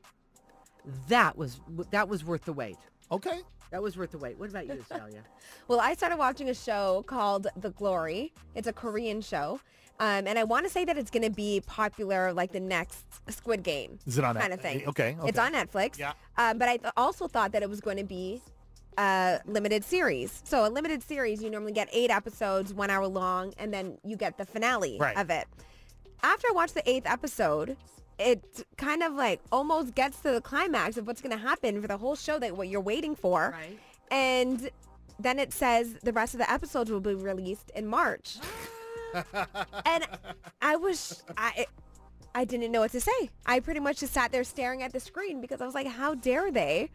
[SPEAKER 4] That was that was worth the wait.
[SPEAKER 3] Okay.
[SPEAKER 4] That was worth the wait. What about you, Celia?
[SPEAKER 6] Well, I started watching a show called The Glory. It's a Korean show. Um, and I want to say that it's going to be popular like the next Squid Game
[SPEAKER 3] Is it on
[SPEAKER 6] kind
[SPEAKER 3] that-
[SPEAKER 6] of thing.
[SPEAKER 3] Okay. okay.
[SPEAKER 6] It's on Netflix.
[SPEAKER 3] Yeah.
[SPEAKER 6] Um, but I th- also thought that it was going to be a limited series. So a limited series, you normally get eight episodes, one hour long, and then you get the finale
[SPEAKER 3] Right.
[SPEAKER 6] of it. After I watched the eighth episode, it kind of like almost gets to the climax of what's going to happen for the whole show that what you're waiting for.
[SPEAKER 4] Right.
[SPEAKER 6] And then it says the rest of the episodes will be released in March. and I was, I, I didn't know what to say. I pretty much just sat there staring at the screen because I was like, how dare they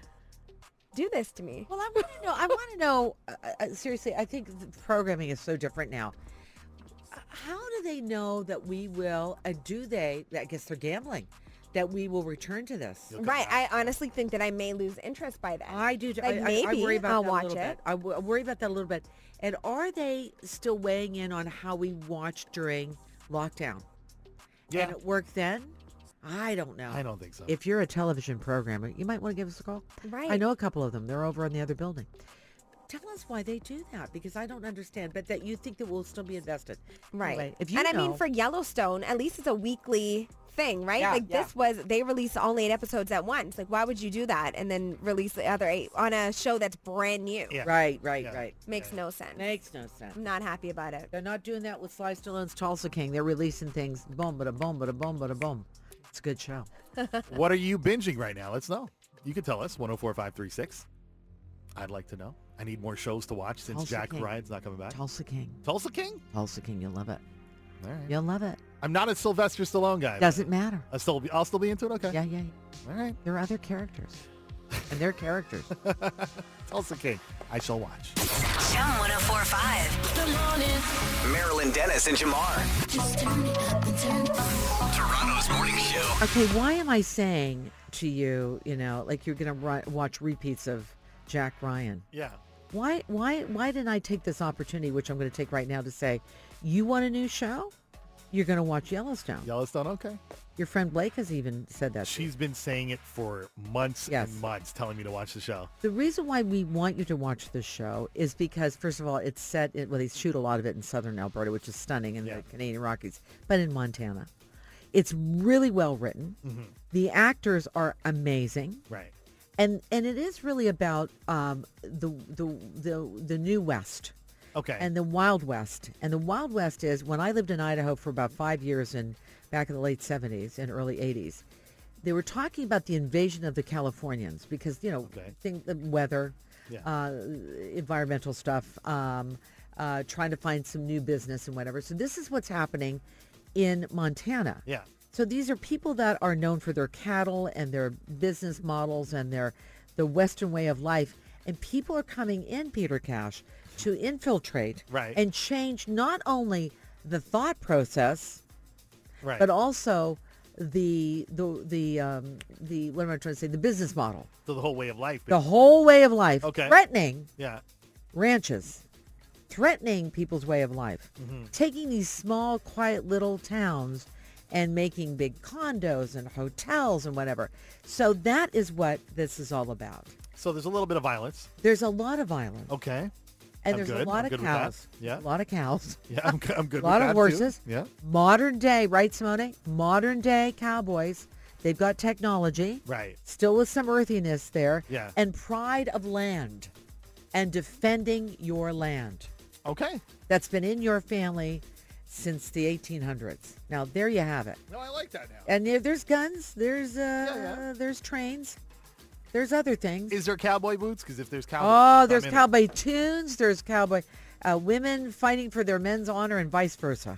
[SPEAKER 6] do this to me?
[SPEAKER 4] Well, I want to know. I want to know. Uh, uh, seriously, I think the programming is so different now. Uh, How do they know that we will? And do they? I guess they're gambling. That we will return to this.
[SPEAKER 6] Right. I honestly think that I may lose interest by then.
[SPEAKER 4] I do.
[SPEAKER 6] Like,
[SPEAKER 4] I, I, I worry
[SPEAKER 6] maybe
[SPEAKER 4] about
[SPEAKER 6] I'll
[SPEAKER 4] that
[SPEAKER 6] watch
[SPEAKER 4] a little
[SPEAKER 6] it.
[SPEAKER 4] bit. I, w- I worry about that a little bit. And are they still weighing in on how we watched during lockdown?
[SPEAKER 3] Yeah.
[SPEAKER 4] And it worked then? I don't know.
[SPEAKER 3] I don't think so.
[SPEAKER 4] If you're a television programmer, you might want to give us a call. I
[SPEAKER 6] Right.
[SPEAKER 4] know a couple of them. They're over in the other building. Tell us why they do that because I don't understand, but that you think that we'll still be invested.
[SPEAKER 6] Right.
[SPEAKER 4] Anyway, if you
[SPEAKER 6] and I
[SPEAKER 4] know-
[SPEAKER 6] mean, for Yellowstone, at least it's a weekly thing, right?
[SPEAKER 4] Yeah,
[SPEAKER 6] like
[SPEAKER 4] yeah.
[SPEAKER 6] this was, they released all eight episodes at once. Like, why would you do that and then release the other eight on a show that's brand new?
[SPEAKER 3] Yeah.
[SPEAKER 4] Right, right,
[SPEAKER 3] Yeah.
[SPEAKER 4] right.
[SPEAKER 6] Makes no sense.
[SPEAKER 4] Makes no sense.
[SPEAKER 6] I'm not happy about it.
[SPEAKER 4] They're not doing that with Sly Stallone's Tulsa King. They're releasing things boom, but a boom, but a boom, but a boom. It's a good show.
[SPEAKER 3] What are you binging right now? Let's know. You can tell us 104536. I'd like to know. I need more shows to watch since
[SPEAKER 4] Tulsa
[SPEAKER 3] Jack
[SPEAKER 4] King.
[SPEAKER 3] Ryan's not coming back.
[SPEAKER 4] Tulsa King.
[SPEAKER 3] Tulsa King?
[SPEAKER 4] Tulsa King, you'll love it.
[SPEAKER 3] All right.
[SPEAKER 4] You'll love it.
[SPEAKER 3] I'm not a Sylvester Stallone guy. but
[SPEAKER 4] Doesn't matter.
[SPEAKER 3] I'll still be, I'll still be into it. Okay.
[SPEAKER 4] Yeah, yeah.
[SPEAKER 3] All right.
[SPEAKER 4] There are other characters. And their characters.
[SPEAKER 3] Tulsa King. I shall watch.
[SPEAKER 1] Chum 1045.
[SPEAKER 5] Marilyn Dennis and Jamar.
[SPEAKER 9] Just turn me up and turn
[SPEAKER 5] Toronto's Omaha's morning show.
[SPEAKER 4] Okay, why am I saying to you, you know, like you're gonna ri- watch repeats of Jack Ryan?
[SPEAKER 3] Yeah.
[SPEAKER 4] Why, why, why didn't I take this opportunity, which I'm gonna take right now, to say, you want a new show? You're gonna watch Yellowstone.
[SPEAKER 3] Yellowstone, okay.
[SPEAKER 4] Your friend Blake has even said that. to me.
[SPEAKER 3] She's been saying it for months
[SPEAKER 4] Yes.
[SPEAKER 3] and months, telling me to watch the show.
[SPEAKER 4] The reason why we want you to watch this show is because, first of all, it's set, in, well, they shoot a lot of it in southern Alberta, which is stunning in
[SPEAKER 3] Yeah.
[SPEAKER 4] the Canadian Rockies, but in Montana. It's really well written. The actors are amazing.
[SPEAKER 3] Right.
[SPEAKER 4] And, and it is really about um, the, the, the, the New West
[SPEAKER 3] Okay.
[SPEAKER 4] and the Wild West. And the Wild West is when I lived in Idaho for about five years and back in the late 70s and early 80s, they were talking about the invasion of the Californians because, you know,
[SPEAKER 3] Okay.
[SPEAKER 4] thing, the weather,
[SPEAKER 3] Yeah.
[SPEAKER 4] uh, environmental stuff, um, uh, trying to find some new business and whatever. So this is what's happening in Montana.
[SPEAKER 3] yeah.
[SPEAKER 4] So these are people that are known for their cattle and their business models and their the Western way of life. And people are coming in, Peter Cash, to infiltrate
[SPEAKER 3] Right.
[SPEAKER 4] and change not only the thought process,
[SPEAKER 3] Right.
[SPEAKER 4] but also the the the um, the what am I trying to say? The business model,
[SPEAKER 3] so the whole way of life.
[SPEAKER 4] the whole way of life,
[SPEAKER 3] Okay.
[SPEAKER 4] threatening
[SPEAKER 3] yeah.
[SPEAKER 4] ranches, threatening people's way of life,
[SPEAKER 3] Mm-hmm.
[SPEAKER 4] taking these small, quiet little towns and making big condos and hotels and whatever. So that is what this is all about.
[SPEAKER 3] So there's a little bit of violence.
[SPEAKER 4] There's a lot of violence,
[SPEAKER 3] Okay.
[SPEAKER 4] and
[SPEAKER 3] Oh, I'm
[SPEAKER 4] there's
[SPEAKER 3] good.
[SPEAKER 4] a lot
[SPEAKER 3] I'm
[SPEAKER 4] of
[SPEAKER 3] good with that.
[SPEAKER 4] cows.
[SPEAKER 3] Yeah.
[SPEAKER 4] a lot of cows,
[SPEAKER 3] Yeah, I'm, g- I'm good.
[SPEAKER 4] a lot
[SPEAKER 3] with
[SPEAKER 4] of
[SPEAKER 3] that, too.
[SPEAKER 4] horses.
[SPEAKER 3] Yeah.
[SPEAKER 4] modern day, right, Simone? Modern day cowboys. They've got technology
[SPEAKER 3] Right.
[SPEAKER 4] still with some earthiness there
[SPEAKER 3] Yeah.
[SPEAKER 4] and pride of land and defending your land
[SPEAKER 3] Okay.
[SPEAKER 4] that's been in your family since the 1800s. Now there you have it.
[SPEAKER 3] No, I like that now.
[SPEAKER 4] And there, there's guns, there's uh,
[SPEAKER 3] Yeah, yeah.
[SPEAKER 4] there's trains, there's other things.
[SPEAKER 3] Is there cowboy boots? Because if there's cowboy,
[SPEAKER 4] oh, there's
[SPEAKER 3] I'm in.
[SPEAKER 4] cowboy tunes, there's cowboy uh, women fighting for their men's honor and vice versa.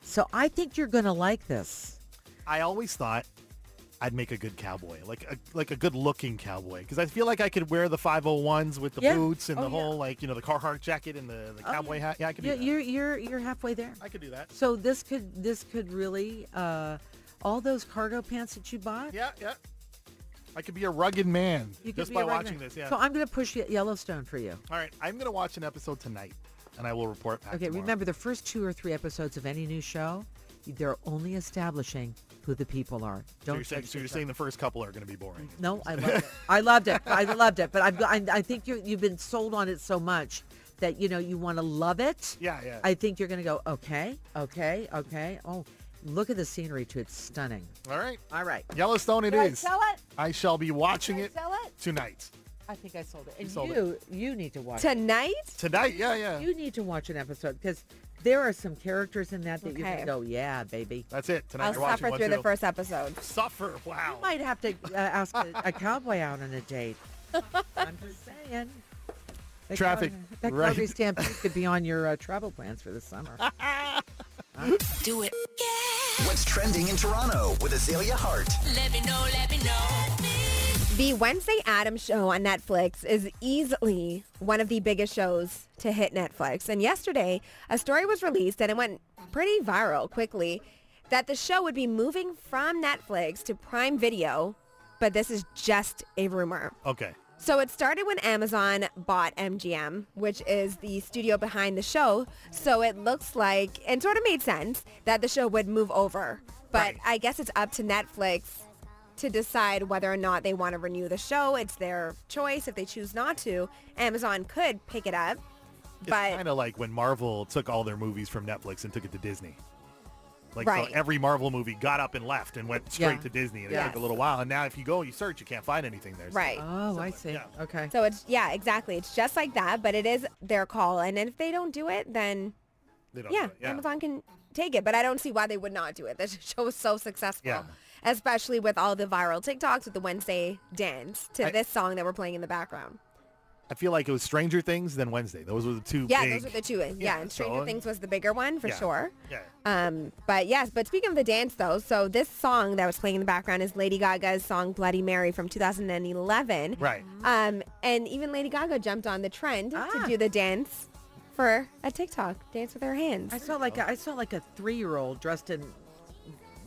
[SPEAKER 4] So I think you're gonna like this.
[SPEAKER 3] I always thought I'd make a good cowboy, like a like a good looking cowboy, because I feel like I could wear the 501s with the
[SPEAKER 4] Yeah.
[SPEAKER 3] boots and
[SPEAKER 4] Oh,
[SPEAKER 3] the
[SPEAKER 4] yeah.
[SPEAKER 3] whole like you know the Carhartt jacket and the, the cowboy hat. Yeah, I could do
[SPEAKER 4] You,
[SPEAKER 3] that.
[SPEAKER 4] you're you're you're halfway there.
[SPEAKER 3] I could do that.
[SPEAKER 4] So this could this could really uh, all those cargo pants that you bought.
[SPEAKER 3] Yeah, yeah. I could be a rugged man
[SPEAKER 4] You could
[SPEAKER 3] just
[SPEAKER 4] be
[SPEAKER 3] by
[SPEAKER 4] a right
[SPEAKER 3] watching
[SPEAKER 4] man.
[SPEAKER 3] this. Yeah.
[SPEAKER 4] So I'm going to push Ye- Yellowstone for you.
[SPEAKER 3] All right, I'm gonna watch an episode tonight, and I will report back.
[SPEAKER 4] Okay,
[SPEAKER 3] tomorrow.
[SPEAKER 4] remember the first two or three episodes of any new show, they're only establishing who the people are. Don't
[SPEAKER 3] So
[SPEAKER 4] Mm-hmm.
[SPEAKER 3] you're, saying,
[SPEAKER 4] judge
[SPEAKER 3] so
[SPEAKER 4] the
[SPEAKER 3] you're
[SPEAKER 4] show.
[SPEAKER 3] saying the first couple are gonna be boring.
[SPEAKER 4] No, I loved it. I loved it. I loved it. But I've got, I, I think you you've been sold on it so much that you know you want to love it.
[SPEAKER 3] Yeah, yeah.
[SPEAKER 4] I think you're going to go okay, okay, okay. Oh, look at the scenery too. It's stunning.
[SPEAKER 3] All right,
[SPEAKER 4] All right.
[SPEAKER 3] Yellowstone, it
[SPEAKER 4] Did I
[SPEAKER 3] is.
[SPEAKER 4] sell it?
[SPEAKER 3] I shall be watching
[SPEAKER 4] Did I
[SPEAKER 3] it
[SPEAKER 4] sell it?
[SPEAKER 3] tonight.
[SPEAKER 4] I think I sold it. And
[SPEAKER 3] sold it.
[SPEAKER 4] you you need to watch. it.
[SPEAKER 6] Tonight?
[SPEAKER 3] Tonight, yeah, yeah.
[SPEAKER 4] You need to watch an episode because there are some characters in that that you
[SPEAKER 6] Okay.
[SPEAKER 4] can go, yeah, baby.
[SPEAKER 3] That's it. Tonight
[SPEAKER 6] I'll
[SPEAKER 3] you're watching
[SPEAKER 6] suffer
[SPEAKER 3] one
[SPEAKER 6] through
[SPEAKER 3] too.
[SPEAKER 6] the first episode.
[SPEAKER 3] Suffer. Wow.
[SPEAKER 4] You might have to uh, ask a, a cowboy out on a date. I'm just saying. That
[SPEAKER 3] Traffic,
[SPEAKER 4] Calgary- that
[SPEAKER 3] right.
[SPEAKER 4] Calgary stampede could be on your uh, travel plans for the summer.
[SPEAKER 2] Do it. Yeah.
[SPEAKER 5] What's trending in Toronto with Azalea Hart?
[SPEAKER 2] Let me know, let me know.
[SPEAKER 6] The Wednesday Adam show on Netflix is easily one of the biggest shows to hit Netflix. And yesterday, a story was released and it went pretty viral quickly that the show would be moving from Netflix to Prime Video, but this is just a rumor.
[SPEAKER 3] Okay.
[SPEAKER 6] So it started when Amazon bought MGM, which is the studio behind the show. So it looks like, and sort of made sense, that the show would move over. But
[SPEAKER 3] Right.
[SPEAKER 6] I guess it's up to Netflix to decide whether or not they want to renew the show. It's their choice. If they choose not to, Amazon could pick it up.
[SPEAKER 3] It's
[SPEAKER 6] But
[SPEAKER 3] kind of like when Marvel took all their movies from Netflix and took it to Disney. Like
[SPEAKER 6] Right.
[SPEAKER 3] so every Marvel movie got up and left and went straight
[SPEAKER 4] Yeah.
[SPEAKER 3] to Disney, and it
[SPEAKER 6] Yes.
[SPEAKER 3] took a little while. And now if you go, you search, you can't find anything there. so-
[SPEAKER 6] right.
[SPEAKER 4] Oh, I see.
[SPEAKER 3] yeah.
[SPEAKER 4] Okay.
[SPEAKER 6] So it's yeah, exactly. It's just like that, but it is their call. And if they don't do it, then
[SPEAKER 3] They don't
[SPEAKER 6] yeah,
[SPEAKER 3] do it. yeah.
[SPEAKER 6] Amazon can take it, but I don't see why they would not do it. The show was so successful,
[SPEAKER 3] Yeah.
[SPEAKER 6] especially with all the viral TikToks with the Wednesday dance to
[SPEAKER 3] I-
[SPEAKER 6] this song that we're playing in the background.
[SPEAKER 3] I feel like it was Stranger Things then Wednesday. Those were the two.
[SPEAKER 6] Yeah,
[SPEAKER 3] big,
[SPEAKER 6] those were the two. Yeah,
[SPEAKER 3] Yeah,
[SPEAKER 6] and
[SPEAKER 3] so-
[SPEAKER 6] Stranger Things was the bigger one for
[SPEAKER 3] Yeah.
[SPEAKER 6] sure.
[SPEAKER 3] Yeah.
[SPEAKER 6] Um, but yes, but speaking of the dance though, so this song that was playing in the background is Lady Gaga's song Bloody Mary from 2011.
[SPEAKER 3] Right.
[SPEAKER 6] Um, and even Lady Gaga jumped on the trend
[SPEAKER 4] Ah.
[SPEAKER 6] to do the dance for a TikTok, dance with her hands.
[SPEAKER 4] I saw like a, I saw like a three year old dressed in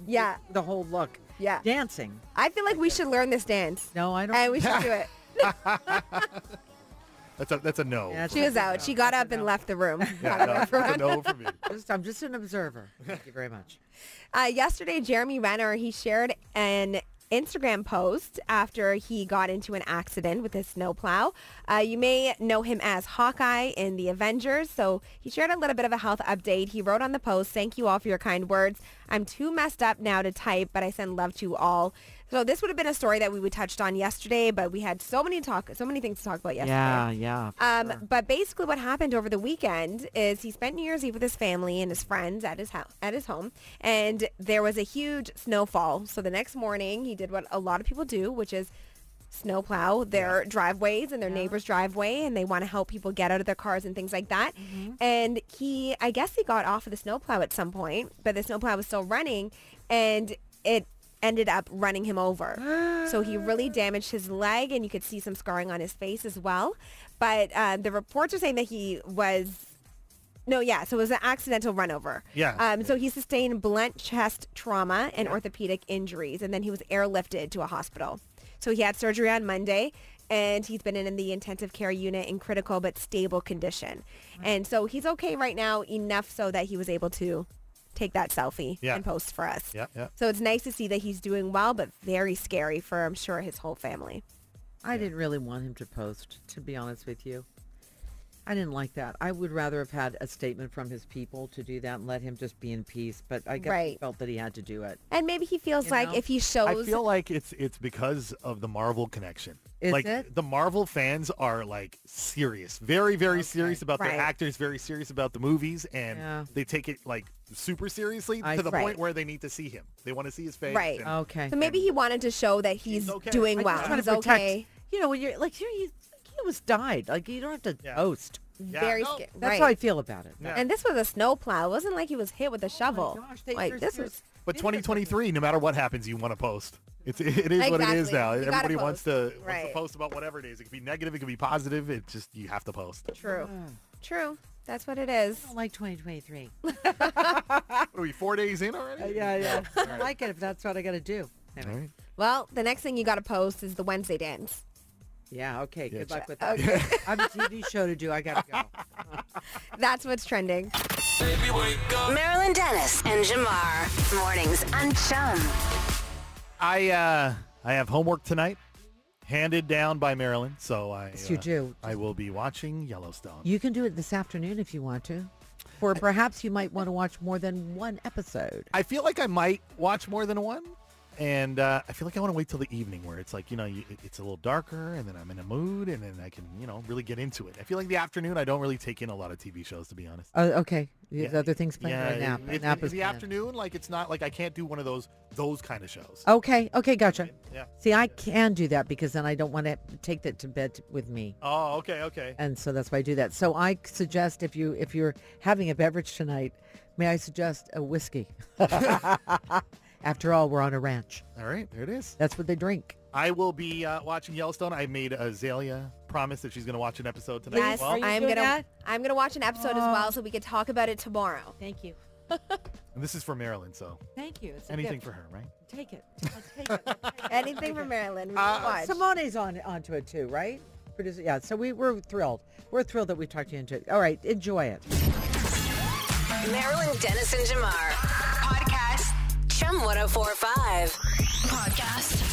[SPEAKER 6] Yeah.
[SPEAKER 4] the whole look.
[SPEAKER 6] Yeah.
[SPEAKER 4] Dancing.
[SPEAKER 6] I feel like we should learn this dance.
[SPEAKER 4] No, I don't.
[SPEAKER 6] And we should do it.
[SPEAKER 3] That's a that's a no.
[SPEAKER 4] Yeah,
[SPEAKER 6] She was out. She got up and left the room.
[SPEAKER 3] Yeah, no, that's a no for me.
[SPEAKER 4] Just- I'm just an observer. Thank you very much.
[SPEAKER 6] Uh, yesterday, Jeremy Renner, he shared an Instagram post after he got into an accident with his snowplow. Uh, you may know him as Hawkeye in the Avengers. So he shared a little bit of a health update. He wrote on the post, thank you all for your kind words. I'm too messed up now to type, but I send love to you all. So this would have been a story that we would touched on yesterday, but we had so many talk, so many things to talk about yesterday.
[SPEAKER 4] yeah.
[SPEAKER 6] Um, But basically, what happened over the weekend is he spent New Year's Eve with his family and his friends at his house, at his home, and there was a huge snowfall. So the next morning, he did what a lot of people do, which is snowplow their driveways and their neighbor's driveway, and they want to help people get out of their cars and things like that. And he, I guess, he got off of the snowplow at some point, but the snowplow was still running, and it ended up running him over. so he really damaged his leg and you could see some scarring on his face as well. But uh, the reports are saying that he was, no, yeah, so it was an accidental run over.
[SPEAKER 3] Yeah.
[SPEAKER 6] Um, so he sustained blunt chest trauma and orthopedic injuries and then he was airlifted to a hospital. So he had surgery on Monday and he's been in the intensive care unit in critical but stable condition. And so he's okay right now enough so that he was able to take that selfie
[SPEAKER 3] Yeah.
[SPEAKER 6] and post for us.
[SPEAKER 3] Yeah, yeah.
[SPEAKER 6] So it's nice to see that he's doing well, but very scary for, I'm sure, his whole family.
[SPEAKER 4] I didn't really want him to post, to be honest with you. I didn't like that. I would rather have had a statement from his people to do that and let him just be in peace. But I guess he
[SPEAKER 6] Right.
[SPEAKER 4] felt that he had to do it.
[SPEAKER 6] And maybe he feels
[SPEAKER 4] You
[SPEAKER 6] like
[SPEAKER 4] know?
[SPEAKER 6] if he
[SPEAKER 3] I
[SPEAKER 6] shows,
[SPEAKER 3] feel like it's it's because of the Marvel connection.
[SPEAKER 4] Is
[SPEAKER 3] like
[SPEAKER 4] it?
[SPEAKER 3] the Marvel fans are like serious, very very serious about
[SPEAKER 6] Right.
[SPEAKER 3] their actors, very serious about the movies, and
[SPEAKER 4] Yeah.
[SPEAKER 3] they take it like super seriously
[SPEAKER 4] I
[SPEAKER 3] to the
[SPEAKER 6] see.
[SPEAKER 3] point where they need to see him. They want to see his face.
[SPEAKER 6] Right.
[SPEAKER 3] and-
[SPEAKER 4] Okay.
[SPEAKER 6] so maybe he wanted to show that he's,
[SPEAKER 3] He's okay.
[SPEAKER 6] doing
[SPEAKER 3] I
[SPEAKER 4] I
[SPEAKER 6] well.
[SPEAKER 4] just try to
[SPEAKER 6] He's
[SPEAKER 4] protect.
[SPEAKER 6] okay.
[SPEAKER 4] You know, when you're like, here, you, like, he almost died. Like, you don't have to
[SPEAKER 3] Yeah.
[SPEAKER 4] post.
[SPEAKER 3] Yeah.
[SPEAKER 6] Very
[SPEAKER 3] No.
[SPEAKER 6] sca-
[SPEAKER 4] That's
[SPEAKER 6] right.
[SPEAKER 4] how I feel about it.
[SPEAKER 3] Yeah.
[SPEAKER 6] And this was a snowplow. It wasn't like he was hit with a shovel.
[SPEAKER 4] Oh gosh, they-
[SPEAKER 6] like
[SPEAKER 4] they're-
[SPEAKER 6] this
[SPEAKER 4] they're-
[SPEAKER 6] was
[SPEAKER 3] But 2023, no matter what happens, you want to post. It's it is what it is
[SPEAKER 6] Exactly.
[SPEAKER 3] now.
[SPEAKER 6] You gotta
[SPEAKER 3] Everybody wants to
[SPEAKER 6] post.
[SPEAKER 3] wants to
[SPEAKER 6] Right.
[SPEAKER 3] post about whatever it is. It could be negative, it could be positive. It just you have to post.
[SPEAKER 6] true. True. That's what it is.
[SPEAKER 4] I don't like 2023.
[SPEAKER 3] What are we four days in
[SPEAKER 6] Uh,
[SPEAKER 3] already?
[SPEAKER 4] yeah, yeah. I like it if that's what I got to do. Anyway.
[SPEAKER 3] All right.
[SPEAKER 6] Well, the next thing you got to post is the Wednesday dance.
[SPEAKER 4] Yeah, okay. Good luck with that. I have a TV show to do. I got to go.
[SPEAKER 6] That's what's trending.
[SPEAKER 1] Marilyn Dennis and Jamar. Mornings on Chum.
[SPEAKER 3] I uh, I have homework tonight, handed down by Marilyn. So I
[SPEAKER 4] Yes, you
[SPEAKER 3] uh,
[SPEAKER 4] do.
[SPEAKER 3] I will be watching Yellowstone.
[SPEAKER 4] You can do it this afternoon if you want to. Or perhaps you might want to watch more than one episode.
[SPEAKER 3] I feel like I might watch more than one, and uh, I feel like I want to wait till the evening where it's like you know you, it- it's a little darker, and then I'm in a mood, and then I can you know really get into it. I feel like the afternoon I don't really take in a lot of TV shows to be honest.
[SPEAKER 4] Oh, okay. There's
[SPEAKER 3] Yeah.
[SPEAKER 4] other things playing
[SPEAKER 3] yeah,
[SPEAKER 4] right now.
[SPEAKER 3] it- it-
[SPEAKER 4] Nap
[SPEAKER 3] in
[SPEAKER 4] is
[SPEAKER 3] the
[SPEAKER 4] playing.
[SPEAKER 3] afternoon, like it's not like I can't do one of those those kind of shows.
[SPEAKER 4] Okay. Okay. Gotcha.
[SPEAKER 3] Yeah.
[SPEAKER 4] See, I can do that because then I don't want to take that to bed t- with me.
[SPEAKER 3] Oh, okay, okay.
[SPEAKER 4] And so that's why I do that. So I suggest if you if you're having a beverage tonight, may I suggest a whiskey? After all, we're on a ranch.
[SPEAKER 3] All right, there it is.
[SPEAKER 4] That's what they drink.
[SPEAKER 3] I will be uh, watching Yellowstone. I made Azalea promise that she's going to watch an episode tonight
[SPEAKER 6] Yes,
[SPEAKER 3] as well.
[SPEAKER 6] I'm gonna
[SPEAKER 4] doing that? Oh.
[SPEAKER 6] I'm gonna watch an episode as well so we could talk about it tomorrow.
[SPEAKER 4] Thank you.
[SPEAKER 3] And this is for Marilyn, so
[SPEAKER 4] Thank you. It's
[SPEAKER 3] anything for her, right?
[SPEAKER 4] Take it. I'll take it.
[SPEAKER 6] Anything from Maryland, we
[SPEAKER 3] Uh,
[SPEAKER 6] can watch.
[SPEAKER 4] Simone's on onto it too, right? Producer, yeah. So we we're thrilled. We're thrilled that we talked you into it. All right, enjoy it.
[SPEAKER 1] Marilyn Dennis and Jamar. Podcast. Chum 1045.
[SPEAKER 2] Podcast.